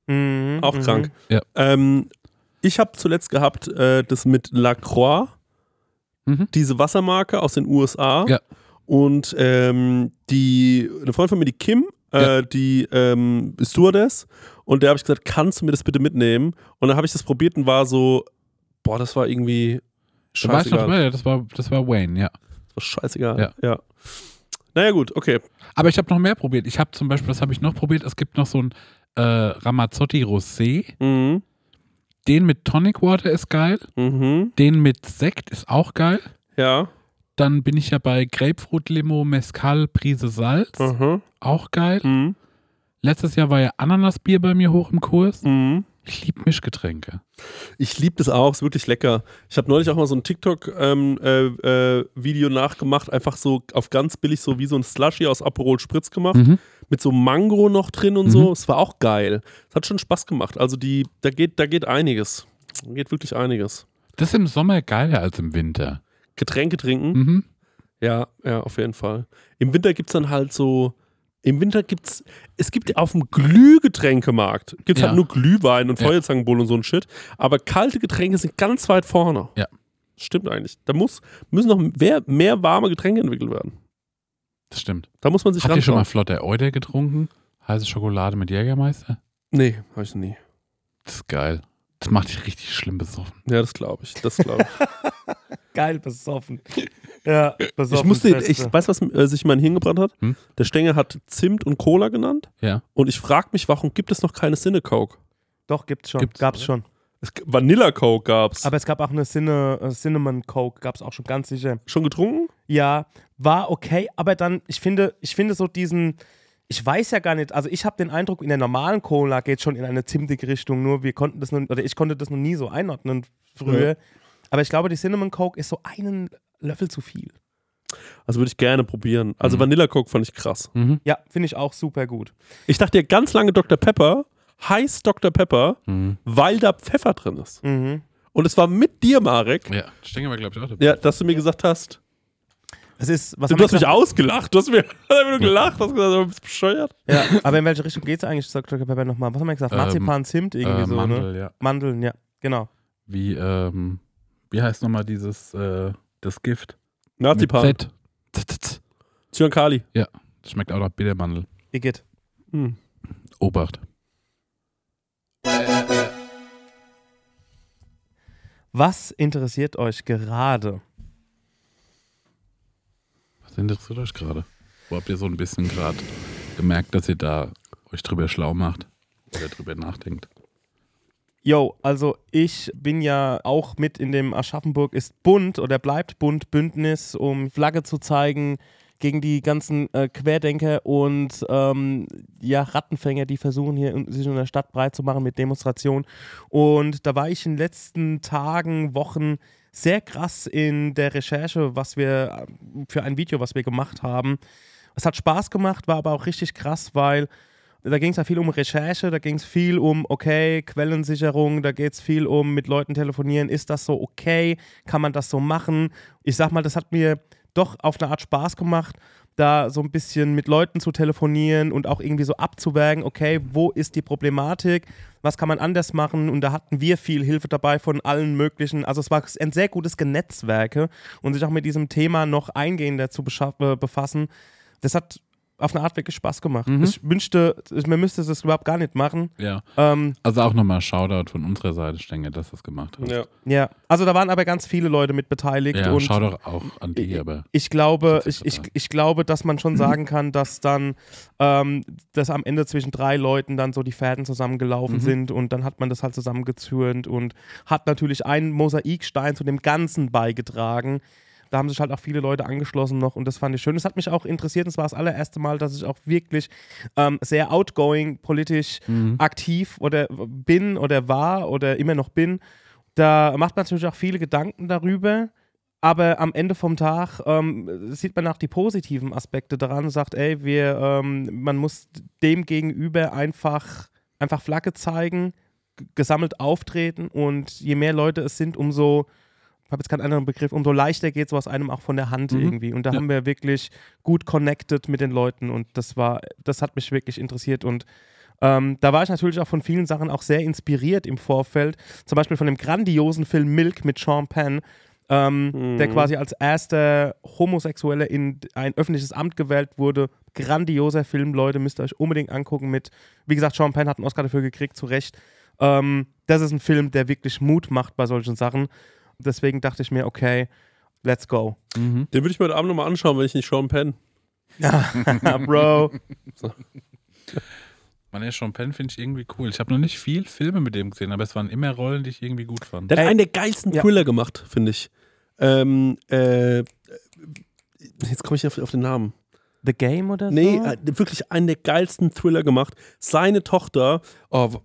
C: Mhm,
D: Auch
C: mhm.
D: krank.
B: Ja.
D: Ähm, ich habe zuletzt gehabt äh, das mit Lacroix,
B: Mhm.
D: diese Wassermarke aus den USA.
B: Ja.
D: Und ähm, die, eine Freundin von mir, die Kim, äh,
B: Ja.
D: die ähm, Stewardess, und der habe ich gesagt, kannst du mir das bitte mitnehmen? Und dann habe ich das probiert und war so, boah, das war
B: Da
D: irgendwie
B: war ich noch
D: scheißegal.
B: dabei, ja, das war, das war Wayne, ja.
D: Das war scheißegal. Ja. ja. Naja, gut, okay.
B: Aber ich habe noch mehr probiert. Ich habe zum Beispiel, was habe ich noch probiert? Es gibt noch so ein äh, Ramazzotti Rosé.
D: Mhm.
B: Den mit Tonic Water ist geil.
D: Mhm.
B: Den mit Sekt ist auch geil.
D: Ja.
B: Dann bin ich ja bei Grapefruit Limo, Mezcal, Prise Salz.
C: Hm.
D: Mhm.
B: Auch geil.
D: Mhm.
B: Letztes Jahr war ja Ananasbier bei mir hoch im Kurs.
D: Mhm.
B: Ich liebe Mischgetränke.
D: Ich liebe das auch, ist wirklich lecker. Ich habe neulich auch mal so ein TikTok-Video ähm, äh, äh, Video nachgemacht, einfach so auf ganz billig, so wie so ein Slushy aus Aperol Spritz gemacht,
B: Mhm.
D: mit so Mango noch drin und so. Es war auch geil. Es hat schon Spaß gemacht. Also die, da geht, da geht einiges. Da geht wirklich einiges.
B: Das ist im Sommer geiler als im Winter.
C: Hm.
D: Getränke trinken,
B: Mhm.
D: Ja, ja, auf jeden Fall. Im Winter gibt es dann halt so. Im Winter gibt's, es gibt auf dem Glühgetränkemarkt, gibt es
B: Ja.
D: halt nur Glühwein und
B: Ja.
D: Feuerzangenbowle und so ein Shit. Aber kalte Getränke sind ganz weit vorne.
B: Ja.
D: Stimmt eigentlich. Da muss, müssen noch mehr, mehr warme Getränke entwickelt werden.
B: Das stimmt.
D: Da muss man sich
B: Habt ihr schon mal
D: ranschauen.
B: Flotter Euder getrunken? Heiße Schokolade mit Jägermeister?
D: Nee, habe ich noch nie.
B: Das ist geil. Das macht dich richtig schlimm besoffen.
D: Ja, das glaube ich. Das glaube ich.
C: Geil, besoffen. ja, besoffen.
D: ich musste,
C: Beste.
D: ich weiß, was äh, sich mein Hirn gebrannt hat.
B: Hm?
D: Der Stenger hat Zimt und Cola genannt.
B: Ja.
D: Und ich frage mich, warum gibt es noch keine Sinne Coke?
C: Doch, gibt's schon.
B: Gibt's,
C: gab's
B: oder?
C: schon.
D: Es g- Vanilla Coke gab's.
C: Aber es gab auch eine Cinna- äh, Cinnamon Coke, gab's auch schon ganz sicher.
D: schon getrunken?
C: Ja, war okay, aber dann, ich finde, ich finde so diesen, ich weiß ja gar nicht, also ich habe den Eindruck, in der normalen Cola geht schon in eine zimtige Richtung, nur wir konnten das nun, oder ich konnte das noch nie so einordnen früher. Aber ich glaube, die Cinnamon Coke ist so einen Löffel zu viel.
D: Also würde ich gerne probieren. Also Vanilla Coke fand ich krass.
B: Mhm.
C: Ja, finde ich auch super gut.
D: Ich dachte ja ganz lange Dr. Pepper heißt Dr. Pepper,
B: Mhm.
D: weil da Pfeffer drin ist.
C: Mhm.
D: Und es war mit dir, Marek, ja.
B: Ja, Stenger war, glaube ich, auch dabei.
D: dass du mir gesagt hast,
C: Es ist, was
D: du,
C: haben wir
D: hast mich
C: gesagt?
D: ausgelacht. Du hast mir du gelacht, hast gesagt, du bist bescheuert.
C: Ja, aber in welche Richtung geht's eigentlich, sagt Dr. Pepper nochmal? Was haben wir gesagt?
B: Ähm,
C: Marzipan, Zimt irgendwie
B: äh,
C: so, ne?
B: Mandel, ja.
C: Mandeln, ja, genau.
B: Wie, ähm, wie heißt nochmal dieses, äh, das Gift?
D: Nazi-Pan.
B: Mit Z. Z, Z, Z.
D: Zyankali.
B: Das schmeckt auch nach Bittermandel.
C: Ihr geht.
D: Hm.
B: Obacht.
C: Was interessiert euch gerade?
B: Was interessiert euch gerade? Wo habt ihr so ein bisschen gerade gemerkt, dass ihr da euch drüber schlau macht oder drüber nachdenkt?
C: Jo, also ich bin ja auch mit in dem Aschaffenburg ist bunt oder bleibt bunt Bündnis, um Flagge zu zeigen gegen die ganzen äh, Querdenker und ähm, ja, Rattenfänger, die versuchen hier in, sich in der Stadt breit zu machen mit Demonstrationen. Und da war ich in den letzten Tagen, Wochen sehr krass in der Recherche, was wir äh, für ein Video, was wir gemacht haben. Es hat Spaß gemacht, war aber auch richtig krass, weil da ging es ja viel um Recherche, da ging es viel um, okay, Quellensicherung, da geht es viel um mit Leuten telefonieren, ist das so okay, kann man das so machen? Ich sag mal, das hat mir doch auf eine Art Spaß gemacht, da so ein bisschen mit Leuten zu telefonieren und auch irgendwie so abzuwägen, okay, wo ist die Problematik, was kann man anders machen und da hatten wir viel Hilfe dabei von allen möglichen, also es war ein sehr gutes Genetzwerke und sich auch mit diesem Thema noch eingehender zu beschaff- äh, befassen, das hat auf eine Art wirklich Spaß gemacht. Ich wünschte, ich, man müsste das überhaupt gar nicht machen.
B: Ja.
C: Ähm,
B: Also auch nochmal Shoutout von unserer Seite, Stenger, dass du das gemacht hast.
D: Hm, Ja.
C: ja, also da waren aber ganz viele Leute mit beteiligt
B: Ja,
C: und
B: Shoutout auch an die, aber
C: ich glaube,
B: Das ist
C: ich, ich,
B: total.
C: ich glaube, dass man schon sagen kann, dass dann, ähm, dass am Ende zwischen drei Leuten dann so die Fäden zusammengelaufen sind und dann hat man das halt zusammengezürnt und hat natürlich einen Mosaikstein zu dem Ganzen beigetragen. Da haben sich halt auch viele Leute angeschlossen noch und das fand ich schön. Das hat mich auch interessiert. Es war das allererste Mal, dass ich auch wirklich ähm, sehr outgoing politisch aktiv oder bin oder war oder immer noch bin. Da macht man natürlich auch viele Gedanken darüber. Aber am Ende vom Tag ähm, sieht man auch die positiven Aspekte daran und sagt, ey, wir, ähm, man muss dem gegenüber einfach, einfach Flagge zeigen, g- gesammelt auftreten und je mehr Leute es sind, umso, ich habe jetzt keinen anderen Begriff, umso leichter geht sowas einem auch von der Hand irgendwie. Und da
B: Ja.
C: haben wir wirklich gut connected mit den Leuten und das war, das hat mich wirklich interessiert und ähm, da war ich natürlich auch von vielen Sachen auch sehr inspiriert im Vorfeld. Zum Beispiel von dem grandiosen Film Milk mit Sean Penn, ähm, der quasi als erster Homosexuelle in ein öffentliches Amt gewählt wurde. Grandioser Film, Leute, müsst ihr euch unbedingt angucken mit, wie gesagt, Sean Penn hat einen Oscar dafür gekriegt, zu Recht. Ähm, das ist ein Film, der wirklich Mut macht bei solchen Sachen. Deswegen dachte ich mir, okay, let's go.
D: Den würde ich mir heute Abend nochmal anschauen, wenn ich nicht Sean Penn.
C: Bro.
B: Man ist schon Penn finde ich irgendwie cool. Ich habe noch nicht viel Filme mit dem gesehen, aber es waren immer Rollen, die ich irgendwie gut fand.
D: Der hat
C: Ey.
D: einen der geilsten
C: Ja.
D: Thriller gemacht, finde ich. Ähm, äh, jetzt komme ich auf, auf den Namen.
C: The Game oder so?
D: Nee, äh, wirklich einen der geilsten Thriller gemacht. Seine Tochter, oh, w-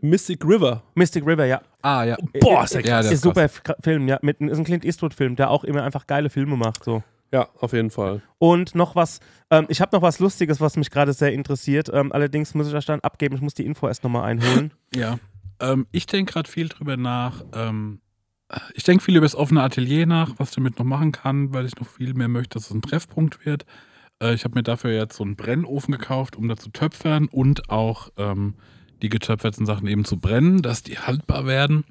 D: Mystic River.
C: Mystic River, ja. Äh,
B: ah, ja.
D: Boah, ist der
B: Ja, das
D: krass.
C: ist
B: ist
C: super F- Film, ja. Mit, ist ein Clint Eastwood-Film, der auch immer einfach geile Filme macht. So.
D: Ja, auf jeden Fall.
C: Und noch was, ähm, ich habe noch was Lustiges, was mich gerade sehr interessiert. Ähm, allerdings muss ich euch dann abgeben, ich muss die Info erst nochmal einholen.
B: Ja. Ähm, ich denke gerade viel drüber nach, ähm, Ich denke viel über das offene Atelier nach, was ich damit noch machen kann, weil ich noch viel mehr möchte, dass es ein Treffpunkt wird. Äh, ich habe mir dafür jetzt so einen Brennofen gekauft, um da zu töpfern und auch ähm, die getöpferten Sachen eben zu brennen, dass die haltbar werden.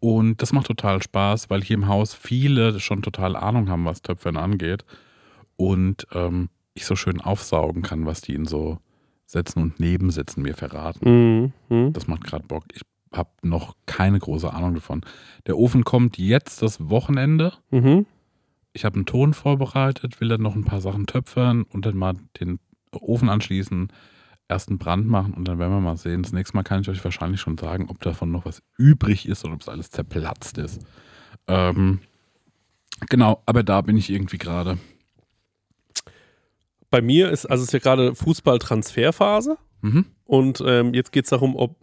B: Und das macht total Spaß, weil hier im Haus viele schon total Ahnung haben, was Töpfern angeht. Und ähm, ich so schön aufsaugen kann, was die in so Sätzen und Nebensätzen mir verraten.
D: Mhm. Mhm.
B: Das macht gerade Bock. Ich habe noch keine große Ahnung davon. Der Ofen kommt jetzt das Wochenende.
D: Mhm.
B: Ich habe einen Ton vorbereitet, will dann noch ein paar Sachen töpfern und dann mal den Ofen anschließen, erst einen Brand machen und dann werden wir mal sehen. Das nächste Mal kann ich euch wahrscheinlich schon sagen, ob davon noch was übrig ist oder ob es alles zerplatzt ist. Ähm, genau, aber da bin ich irgendwie gerade.
D: Bei mir ist, also es ist ja gerade Fußball-Transferphase.
B: Mhm.
D: Und ähm, jetzt geht es darum, ob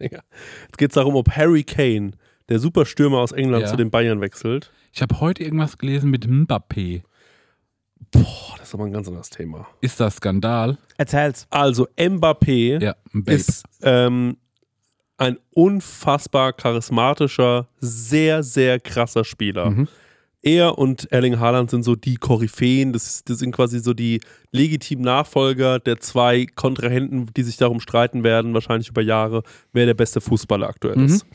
D: Digga. jetzt geht's darum, ob Harry Kane, der Superstürmer aus England,
B: Ja.
D: zu den Bayern wechselt.
B: Ich habe heute irgendwas gelesen mit Mbappé.
D: Boah, Oh, das ist aber ein ganz anderes Thema.
B: Ist das Skandal?
C: Erzähl's.
D: Also Mbappé
B: Ja, ein Babe.
D: ist ähm, ein unfassbar charismatischer, sehr, sehr krasser Spieler.
B: Mhm.
D: Er und Erling Haaland sind so die Koryphäen, das, das sind quasi so die legitimen Nachfolger der zwei Kontrahenten, die sich darum streiten werden, wahrscheinlich über Jahre, wer der beste Fußballer aktuell
B: Mhm.
D: ist.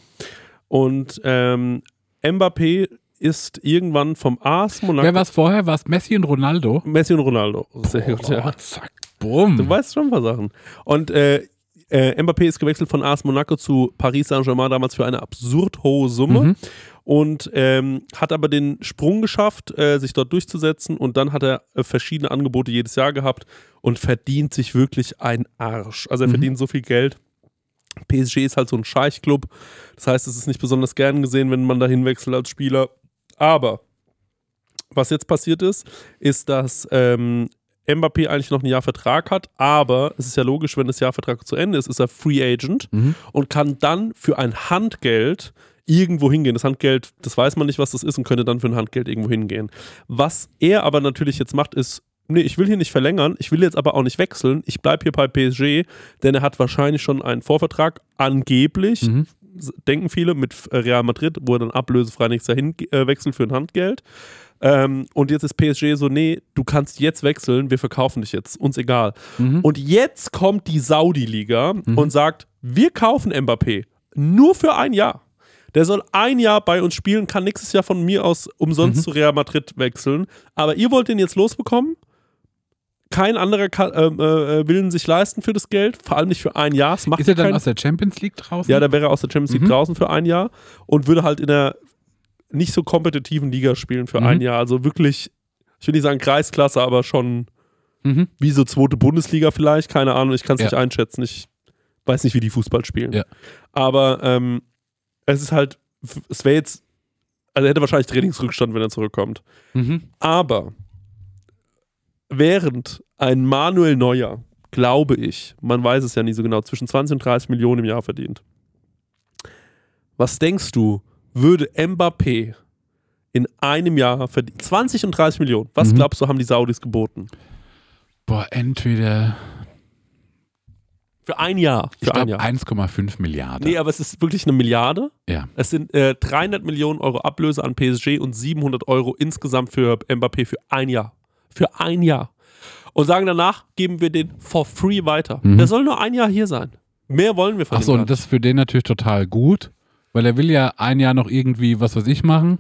D: Und ähm, Mbappé ist irgendwann vom AS
B: Wer war
D: Monaco
B: es vorher? War es Messi und Ronaldo?
D: Messi und Ronaldo. Sehr gut, ja.
B: Zack, bumm.
D: Du weißt schon ein paar Sachen. Und äh, äh, Mbappé ist gewechselt von AS Monaco zu Paris Saint-Germain damals für eine absurd hohe Summe
B: Mhm.
D: und ähm, hat aber den Sprung geschafft, äh, sich dort durchzusetzen und dann hat er äh, verschiedene Angebote jedes Jahr gehabt und verdient sich wirklich einen Arsch. Also er
B: Mhm.
D: verdient so viel Geld. PSG ist halt so ein Scheichklub, das heißt, es ist nicht besonders gern gesehen, wenn man da hinwechselt als Spieler. Aber was jetzt passiert ist, ist, dass ähm, Mbappé eigentlich noch ein Jahr Vertrag hat, aber es ist ja logisch, wenn das Jahr Vertrag zu Ende ist, ist er Free Agent
B: Mhm.
D: und kann dann für ein Handgeld irgendwo hingehen. Das Handgeld, das weiß man nicht, was das ist und könnte dann für ein Handgeld irgendwo hingehen. Was er aber natürlich jetzt macht, ist, nee, ich will hier nicht verlängern, ich will jetzt aber auch nicht wechseln, ich bleibe hier bei PSG, denn er hat wahrscheinlich schon einen Vorvertrag, angeblich,
B: Mhm.
D: s- denken viele, mit äh, Real Madrid, wo er dann ablösefrei nächstes Jahr hin, äh, wechselt für ein Handgeld. Ähm, und jetzt ist PSG so, nee, du kannst jetzt wechseln, wir verkaufen dich jetzt, uns egal.
B: Mhm.
D: Und jetzt kommt die Saudi-Liga und sagt, wir kaufen Mbappé nur für ein Jahr. Der soll ein Jahr bei uns spielen, kann nächstes Jahr von mir aus umsonst
B: Mhm.
D: zu Real Madrid wechseln. Aber ihr wollt den jetzt losbekommen? Kein anderer kann, ähm, äh, will ihn sich leisten für das Geld, vor allem nicht für ein Jahr. Es macht
B: Ist er dann
D: keinen
B: aus der Champions League draußen?
D: ja, da wäre er aus der Champions League
B: Mhm.
D: draußen für ein Jahr und würde halt in der nicht so kompetitiven Liga spielen für
B: Mhm.
D: ein Jahr. Also wirklich, ich will nicht sagen Kreisklasse, aber schon
B: mhm.
D: wie so zweite Bundesliga vielleicht, keine Ahnung, ich kann es
B: Ja.
D: nicht einschätzen. Ich weiß nicht, wie die Fußball spielen.
B: Ja.
D: Aber ähm, es ist halt, f- es wäre jetzt, also er hätte wahrscheinlich Trainingsrückstand, wenn er zurückkommt.
B: Mhm.
D: Aber während ein Manuel Neuer, glaube ich, man weiß es ja nie so genau, zwischen 20 und 30 Millionen im Jahr verdient. Was denkst du, würde Mbappé in einem Jahr verdienen? 20 und 30 Millionen. Was
B: Mhm.
D: glaubst du, haben die Saudis geboten?
B: Boah, entweder.
D: Für ein Jahr. Für
B: Ich
D: ein
B: glaube
D: Jahr.
B: 1,5 Milliarden.
D: Nee, aber es ist wirklich eine Milliarde.
B: ja.
D: Es sind äh, 300 Millionen Euro Ablöse an PSG und 700 Euro insgesamt für Mbappé für ein Jahr. Für ein Jahr. Und sagen danach, geben wir den for free weiter.
B: Mhm.
D: Der soll nur ein Jahr hier sein. Mehr wollen wir von
B: Achso,
D: ihm.
B: und das ist für den natürlich total gut, weil er will ja ein Jahr noch irgendwie was weiß ich machen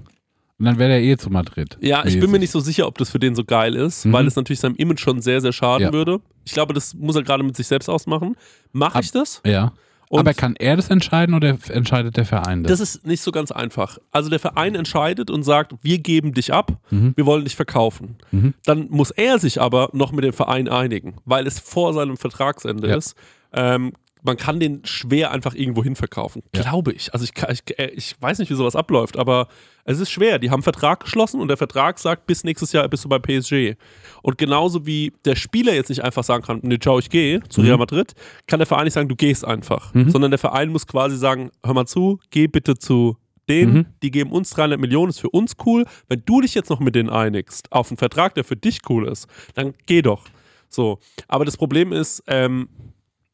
B: und dann wäre er eh zu Madrid.
D: ja, ich bin mir nicht so sicher, ob das für den so geil ist,
B: Mhm.
D: weil es natürlich seinem Image schon sehr, sehr schaden
B: Ja.
D: würde. Ich glaube, das muss er gerade mit sich selbst ausmachen. Mache
B: Ab-
D: ich das?
B: Ja.
D: Und-
B: Aber kann er das entscheiden oder f- entscheidet der Verein das?
D: Das ist nicht so ganz einfach. Also der Verein entscheidet und sagt, wir geben dich ab,
B: Mhm.
D: wir wollen dich verkaufen.
B: Mhm.
D: Dann muss er sich aber noch mit dem Verein einigen, weil es vor seinem Vertragsende
B: Ja.
D: ist. Ähm, man kann den schwer einfach irgendwo hin verkaufen,
B: Ja.
D: glaube ich. Also ich, kann- ich, äh, ich weiß nicht, wie sowas abläuft, aber es ist schwer. Die haben einen Vertrag geschlossen und der Vertrag sagt, bis nächstes Jahr bist du bei PSG. Und genauso wie der Spieler jetzt nicht einfach sagen kann, nee, ciao, ich gehe zu Real
B: Mhm.
D: Madrid, kann der Verein nicht sagen, du gehst einfach.
B: Mhm.
D: Sondern der Verein muss quasi sagen, hör mal zu, geh bitte zu denen,
B: Mhm.
D: die geben uns 300 Millionen, ist für uns cool. Wenn du dich jetzt noch mit denen einigst, auf einen Vertrag, der für dich cool ist, dann geh doch. So. Aber das Problem ist, ähm,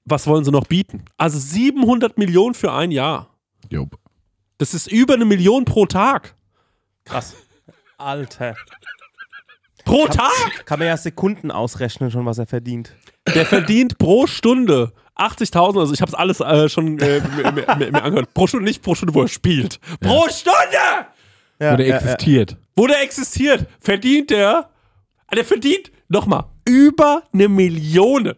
D: was wollen sie noch bieten? Also 700 Millionen für ein Jahr.
B: Jupp.
D: Das ist über eine Million pro Tag.
C: Krass. Alter.
D: Pro Tag!
C: Kann man ja Sekunden ausrechnen, schon was er verdient.
D: Der verdient pro Stunde 80.000, also ich habe es alles äh, schon äh, mir, mir, mir, mir angehört. Pro Stunde, nicht pro Stunde, wo er spielt. Pro Stunde!
C: Ja,
B: Oder
C: ja, ja.
B: existiert.
D: Wo der existiert, verdient der, ah, der verdient, nochmal, über eine Million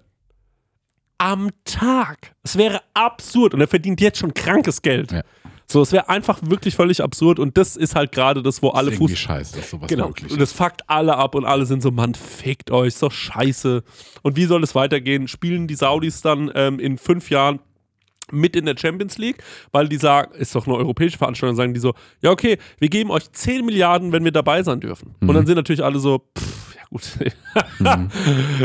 D: am Tag. Es wäre absurd und er verdient jetzt schon krankes Geld.
B: Ja.
D: So, es wäre einfach wirklich völlig absurd und das ist halt gerade das, wo alle
B: Ist irgendwie
D: Fuß...
B: scheiße, dass sowas
D: Genau.
B: möglich
D: Und
B: ist.
D: das fuckt alle ab und alle sind so, Mann, fickt euch, ist doch scheiße. Und wie soll es weitergehen? Spielen die Saudis dann ähm, in fünf Jahren mit in der Champions League, weil die sagen, ist doch eine europäische Veranstaltung, sagen die so, ja okay, wir geben euch 10 Milliarden, wenn wir dabei sein dürfen. Und
B: Mhm.
D: dann sind natürlich alle so, pff, ja gut.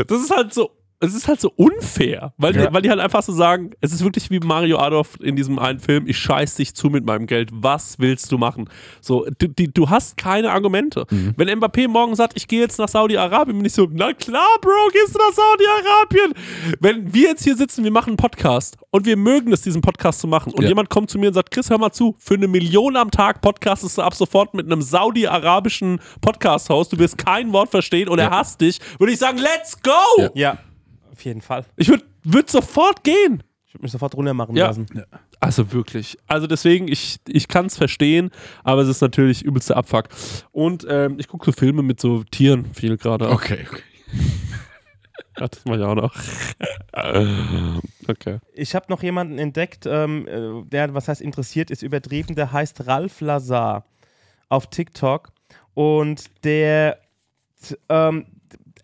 D: Das ist halt so, es ist halt so unfair, weil,
B: Ja.
D: weil die halt einfach so sagen, es ist wirklich wie Mario Adolf in diesem einen Film, ich scheiß dich zu mit meinem Geld, was willst du machen? So, du, die, du hast keine Argumente. Wenn Mbappé morgen sagt, ich gehe jetzt nach Saudi-Arabien, bin ich so, na klar, Bro, gehst du nach Saudi-Arabien. Wenn wir jetzt hier sitzen, wir machen einen Podcast und wir mögen es, diesen Podcast zu machen und
B: Ja.
D: jemand kommt zu mir und sagt, Chris, hör mal zu, für eine Million am Tag podcastest du ab sofort mit einem saudi-arabischen Podcast-Host, du wirst kein Wort verstehen und er hasst dich, würde ich sagen, let's go!
B: Ja.
C: Ja, auf jeden Fall.
D: Ich würde würd sofort gehen.
C: Ich würde mich sofort runter machen
D: Ja.
C: lassen.
D: Also wirklich. Also deswegen, ich, ich kann es verstehen, aber es ist natürlich übelster Abfuck. Und ähm, ich gucke so Filme mit so Tieren viel gerade.
B: Okay, okay.
D: Ja, Das mach ich auch noch. okay.
C: Ich habe noch jemanden entdeckt, ähm, äh, der, was heißt interessiert, ist übertrieben. Der heißt Ralf Lazar auf TikTok. Und der, t- ähm,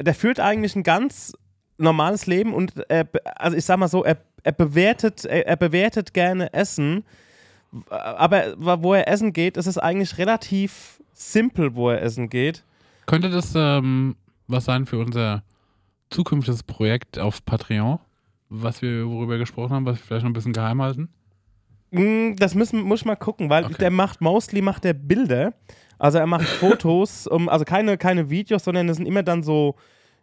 C: der führt eigentlich ein ganz normales Leben und er, be- also ich sag mal so, er, er, bewertet, er, er bewertet gerne Essen. w- Aber wo er essen geht, ist es eigentlich relativ simpel, wo er essen geht.
B: Könnte das ähm, was sein für unser zukünftiges Projekt auf Patreon, was wir worüber gesprochen haben, was wir vielleicht noch ein bisschen geheim halten?
C: Mm, Das müssen, muss ich mal gucken, weil
B: Okay.
C: der macht, mostly macht der Bilder. Also er macht Fotos, um, also keine, keine Videos, sondern das sind immer dann so,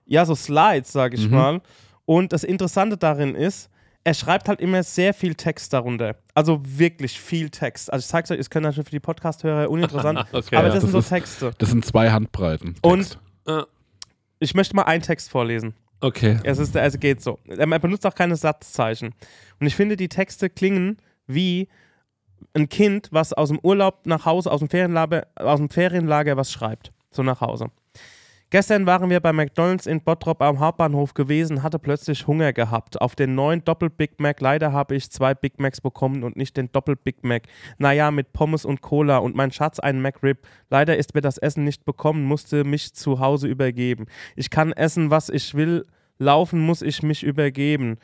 C: ja, so Slides, sag ich
B: Mhm.
C: mal. Und das Interessante darin ist, er schreibt halt immer sehr viel Text darunter. Also wirklich viel Text. Also ich zeig's euch, ist können natürlich für die Podcast-Hörer uninteressant,
D: Okay,
C: aber
B: ja,
C: das,
B: das
C: sind
B: ist-
C: so Texte.
B: Das sind zwei Handbreiten.
C: Und-
B: Text.
C: Ich möchte mal einen Text vorlesen.
D: Okay.
C: Es ist, also geht so. Er benutzt auch keine Satzzeichen. Und ich finde, die Texte klingen wie ein Kind, was aus dem Urlaub nach Hause, aus dem Ferienlager, aus dem Ferienlager was schreibt. So nach Hause. Gestern waren wir bei McDonalds in Bottrop am Hauptbahnhof gewesen, hatte plötzlich Hunger gehabt. Auf den neuen Doppel-Big Mac. Leider habe ich zwei Big Macs bekommen und nicht den Doppel-Big Mac. Naja, mit Pommes und Cola und mein Schatz einen McRib. Leider ist mir das Essen nicht bekommen, musste mich zu Hause übergeben. Ich kann essen, was ich will, laufen muss ich mich übergeben.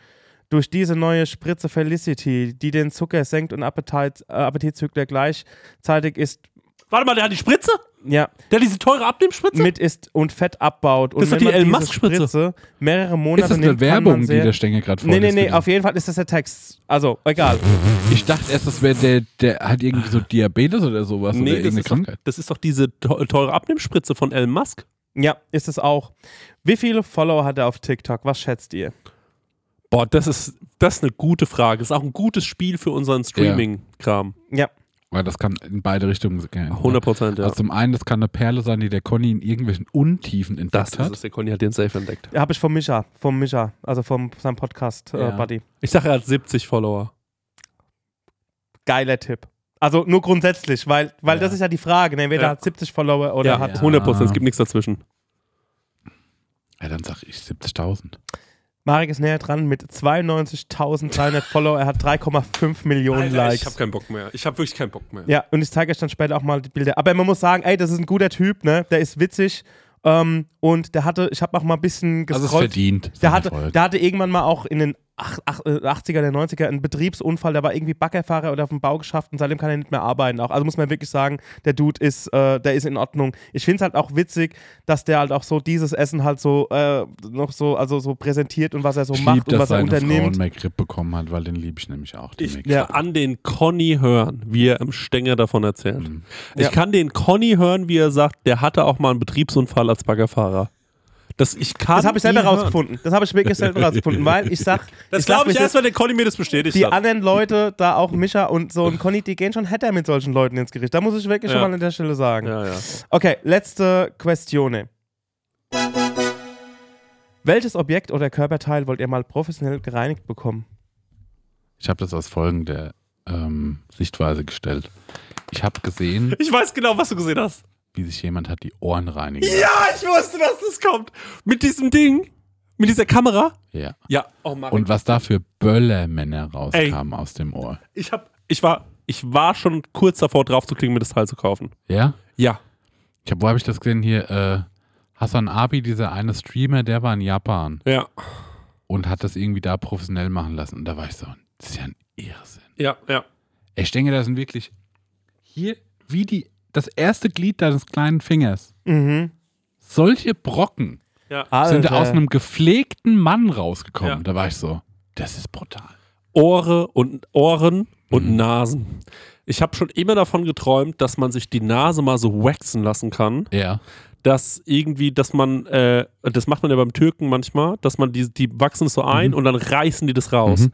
C: Durch diese neue Spritze Felicity, die den Zucker senkt und Appetit, äh, Appetitzügler gleichzeitig ist,
D: Warte mal, der hat die Spritze?
C: ja,
D: Der hat diese teure Abnehmspritze?
C: mit ist und Fett abbaut. Und
D: Das ist doch
C: wenn
D: die
C: man
D: Elon
C: diese
D: Musk-Spritze.
C: Spritze mehrere Monate
B: Ist das
C: nimmt,
B: eine
C: kann man
B: Werbung, die
C: sehr-
B: der Stänge gerade
C: Nee,
B: vorliest?
C: nee, nee,
B: bitte?
C: auf jeden Fall ist das der Text. Also, egal.
B: Ich dachte erst, das wäre der, der hat irgendwie so Diabetes oder sowas oder
D: das
B: irgendeine
D: ist, doch,
B: Krankheit.
D: das ist doch diese teu- teure Abnehmspritze von Elon Musk.
C: ja, ist es auch. Wie viele Follower hat er auf TikTok? Was schätzt ihr?
D: Boah, das ist, das ist eine gute Frage. Ist auch ein gutes Spiel für unseren Streaming-Kram.
C: Ja,
B: Weil das kann in beide Richtungen gehen.
D: 100 Prozent, ja.
B: Also zum einen, das kann eine Perle sein, die der Conny in irgendwelchen Untiefen entdeckt
D: das ist
B: hat.
D: es. Der Conny hat den Safe entdeckt.
C: habe ich von Micha, vom Micha, also vom seinem Podcast
B: Ja.
C: äh, Buddy.
D: Ich sage, er hat 70 Follower.
C: geiler Tipp. Also nur grundsätzlich, weil, weil
B: Ja.
C: das ist ja die Frage, ne? wer
D: Ja.
C: hat 70 Follower oder
D: ja,
C: hat.
D: 100 Prozent, es gibt nichts dazwischen.
B: Ja, dann sag ich 70.000.
C: Marek ist näher dran mit 92.300 Follower, er hat 3,5 Millionen Likes.
D: keinen Bock mehr. Ich habe wirklich keinen Bock mehr.
C: ja, und ich zeige euch dann später auch mal die Bilder. Aber man muss sagen, ey, das ist ein guter Typ, ne? Der ist witzig. Ähm, und der hatte, ich habe auch mal ein bisschen
B: Also es
C: gescrollt.
B: verdient.
C: der,
B: sein
C: hatte,
B: Erfolg.
C: der hatte irgendwann mal auch in den ach- ach- äh, 80er, der 90er einen Betriebsunfall, da war irgendwie Baggerfahrer oder auf dem Bau geschafft und seitdem kann er nicht mehr arbeiten. Auch. Also muss man wirklich sagen, der Dude ist, äh, der ist in Ordnung. Ich finde es halt auch witzig, dass der halt auch so dieses Essen halt so äh, noch so, also so präsentiert und was er so
B: ich lieb,
C: macht und
B: dass
C: was er
B: seine Frau einen
C: unternimmt.
B: McRib bekommen hat, weil den liebe ich nämlich auch. den
D: Ich
B: McRib.
D: kann an den Conny hören, wie er im Stänger davon erzählt.
B: Mhm.
D: Ich
C: Ja.
D: kann den Conny hören, wie er sagt, der hatte auch mal einen Betriebsunfall als Baggerfahrer. dass ich kann.
C: Das habe ich selber
D: die hören.
C: rausgefunden. Das habe ich wirklich selber rausgefunden, weil ich sag,
D: Das
C: ich sag
D: glaube ich
C: mir
D: erst, weil der Conny mir das bestätigt
C: die
D: hat.
C: anderen Leute, da auch Mischa und so und Conny, die gehen schon hätte mit solchen Leuten ins Gericht. Da muss ich wirklich
D: Ja.
C: schon mal an der Stelle sagen.
D: Ja, ja.
C: Okay, letzte Questione. Welches Objekt oder Körperteil wollt ihr mal professionell gereinigt bekommen?
B: Ich habe das aus folgender ähm, Sichtweise gestellt. Ich habe gesehen,
D: Ich weiß genau, was du gesehen hast.
B: wie sich jemand hat die Ohren reinigen.
D: Ja, ich wusste, dass das kommt. Mit diesem Ding. Mit dieser Kamera.
B: Ja.
D: Ja. Oh, Marek.
B: Und was da für Böllermänner rauskamen aus dem Ohr.
D: ich hab, ich war, ich war schon kurz davor drauf zu klingen, mir das Teil zu kaufen.
B: Ja?
D: Ja.
B: Ich hab, wo habe ich das gesehen? Hier, äh, Hassan Abi, dieser eine Streamer, der war in Japan
D: Ja.
B: und hat das irgendwie da professionell machen lassen. Und da war ich so, das ist ja ein Irrsinn.
D: Ja, ja.
B: Ich denke, da sind wirklich hier, wie die, das erste Glied deines kleinen Fingers.
C: Mhm.
B: Solche Brocken
D: Ja.
B: sind da aus einem gepflegten Mann rausgekommen.
D: Ja.
B: Da war ich so, das ist brutal.
D: Ohre und Ohren und Nasen. Ich habe schon immer davon geträumt, dass man sich die Nase mal so waxen lassen kann.
B: Ja.
D: Dass irgendwie, dass man, äh, das macht man ja beim Türken manchmal, dass man die, die wachsen so ein und dann reißen die das raus.
B: Mhm.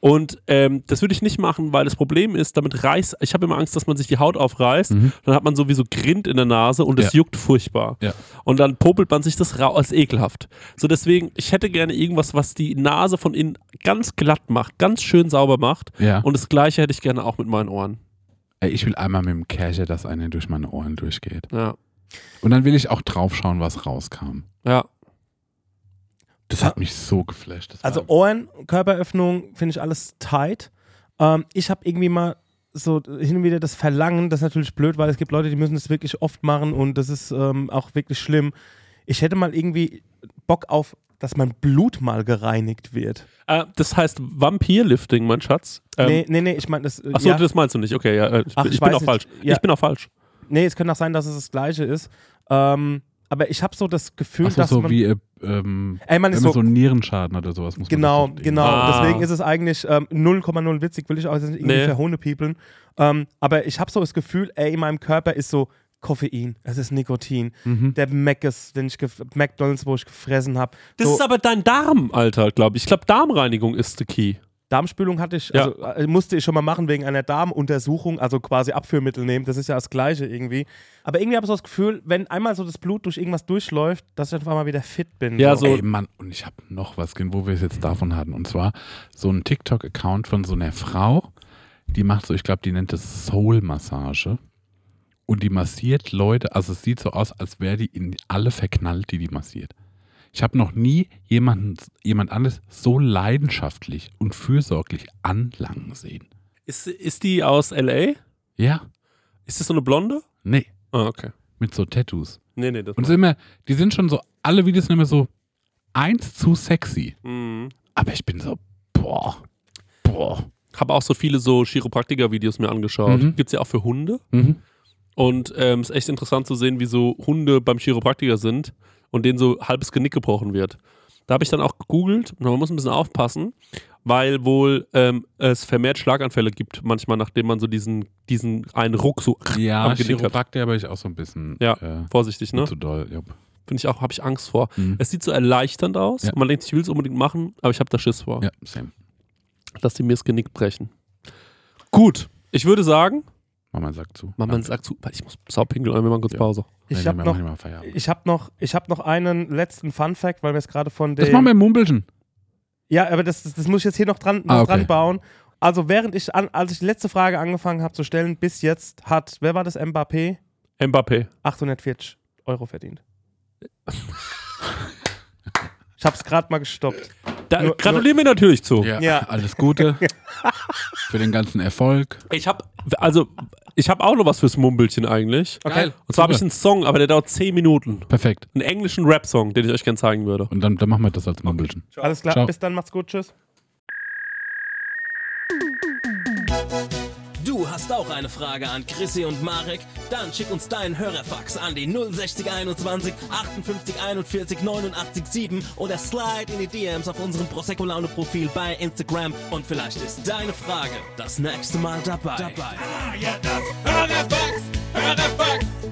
D: Und ähm, das würde ich nicht machen, weil das Problem ist, damit reißt, ich habe immer Angst, dass man sich die Haut aufreißt,
B: Mhm.
D: dann hat man sowieso Grind in der Nase und es
B: Ja.
D: juckt furchtbar.
B: Ja.
D: Und dann popelt man sich das raus, ist ekelhaft. So deswegen, ich hätte gerne irgendwas, was die Nase von innen ganz glatt macht, ganz schön sauber macht.
B: Ja.
D: Und das gleiche hätte ich gerne auch mit meinen Ohren.
B: Ey, ich will einmal mit dem Kercher, dass einer durch meine Ohren durchgeht.
D: Ja.
B: Und dann will ich auch draufschauen, was rauskam.
D: Ja.
B: Das hat mich so geflasht. Das war-
C: Also Ohren, Körperöffnung, finde ich alles tight. Ähm, ich habe irgendwie mal so hin und wieder das Verlangen, das ist natürlich blöd, weil es gibt Leute, die müssen das wirklich oft machen und das ist ähm, auch wirklich schlimm. Ich hätte mal irgendwie Bock auf, dass mein Blut mal gereinigt wird.
D: Äh, das heißt Vampirlifting, mein Schatz. Ähm,
C: nee, nee, nee, ich meine, das, äh,
D: Achso,
C: ja,
D: das meinst du nicht. Okay, ja. äh, Ich,
C: Ach,
D: bin-
C: ich
D: ich bin
C: weiß
D: auch
C: nicht.
D: falsch.
C: Ja.
D: Ich bin auch falsch.
C: nee, es könnte auch sein, dass es das Gleiche ist. Ähm, aber ich habe so das Gefühl,
B: Ach so,
C: dass
B: so
C: man.
B: wie äh, ähm,
C: ey, man
B: wenn
C: ist
B: man
C: so,
B: so einen Nierenschaden hat oder sowas. Muss
C: Genau,
B: man das
C: genau.
D: Ah.
C: Deswegen ist es eigentlich ähm, 0,0 witzig, will ich auch jetzt nicht irgendwie
D: Nee.
C: verhohnepiepeln. Ähm, aber ich habe so das Gefühl, ey, in meinem Körper ist so Koffein, es ist Nikotin, der Mac ist, den ich gef- McDonalds, wo ich gefressen habe.
D: Das
C: so,
D: ist aber dein Darm, Alter, glaube ich. Ich glaube, Darmreinigung ist the key.
C: Darmspülung hatte ich,
D: Ja.
C: also äh, musste ich schon mal machen wegen einer Darmuntersuchung, also quasi Abführmittel nehmen. Das ist ja das Gleiche irgendwie. Aber irgendwie habe ich so das Gefühl, wenn einmal so das Blut durch irgendwas durchläuft, dass ich einfach mal wieder fit bin.
D: Ja,
B: So.
D: so-
B: Ey, Mann, und ich habe noch was gesehen, wo wir es jetzt davon hatten. Und zwar so ein TikTok-Account von so einer Frau, die macht so, ich glaube, die nennt es Soul-Massage. Und die massiert Leute, also es sieht so aus, als wäre die in alle verknallt, die die massiert. Ich habe noch nie jemanden, jemand anderes so leidenschaftlich und fürsorglich anlangen sehen.
D: Ist, ist die aus L.A.?
B: Ja,
D: Ist das so eine Blonde?
B: nee,
D: Ah, okay.
B: mit so Tattoos.
D: Nee, nee, das
B: Und es sind immer, die sind schon so, alle Videos sind immer so eins zu sexy.
D: Mhm.
B: Aber ich bin so, boah, boah.
D: Habe auch so viele so Chiropraktiker-Videos mir angeschaut.
B: Mhm.
D: Gibt's ja auch für Hunde.
B: Mhm.
D: Und ähm, ist echt interessant zu sehen, wie so Hunde beim Chiropraktiker sind und denen so halbes Genick gebrochen wird. Da habe ich dann auch gegoogelt, und man muss ein bisschen aufpassen, weil wohl ähm, es vermehrt Schlaganfälle gibt, manchmal, nachdem man so diesen, diesen einen Ruck so
B: Ja,
D: am Genick hat.
B: Chiropraktik, aber ich auch so ein bisschen
D: Ja,
B: äh,
D: Vorsichtig, ne?
B: zu doll. Jupp.
D: Bin ich auch, habe ich Angst vor.
B: Mhm.
D: Es sieht so erleichternd aus.
B: Ja.
D: Und man denkt, ich will es unbedingt machen, aber ich habe da Schiss vor.
B: Ja, same.
D: dass die mir das Genick brechen. Gut, ich würde sagen,
B: Mama sagt zu.
D: Mama sagt zu, weil ich muss saupinkeln, wir machen kurz
B: Ja.
D: Pause.
C: ich habe noch,
B: Mal Feierabend.
C: ich hab noch, ich hab noch einen letzten Fun-Fact, weil wir es gerade von
B: Das
C: dem.
B: machen wir im Mumpelchen.
C: Ja, aber das, das, das muss ich jetzt hier noch dran, noch
B: Ah, okay.
C: dran bauen. Also während ich an, als ich die letzte Frage angefangen habe zu stellen, bis jetzt hat, wer war das Mbappé?
D: Mbappé.
C: 840 Euro verdient. ich hab's gerade mal gestoppt.
D: Da
C: Nur-
D: gratulieren wir natürlich zu.
C: Ja.
B: alles Gute für den ganzen Erfolg.
D: Ich habe also ich habe auch noch was fürs Mumbelchen eigentlich.
B: Okay.
D: Und zwar habe ich einen Song, aber der dauert 10 Minuten.
B: Perfekt.
D: Einen englischen Rap-Song, den ich euch gerne zeigen würde.
B: Und dann, dann machen wir das als Mumpelchen.
C: Alles klar,
B: Ciao.
C: bis dann, macht's gut, tschüss.
A: Du hast auch eine Frage an Chrissy und Marek? Dann schick uns deinen Hörerfax an die 060 21 58 41 89 7 oder slide in die DMs auf unserem Prosecco Laune Profil bei Instagram und vielleicht ist deine Frage das nächste Mal dabei. dabei. Ah, ja, das Hörerfax, Hörerfax.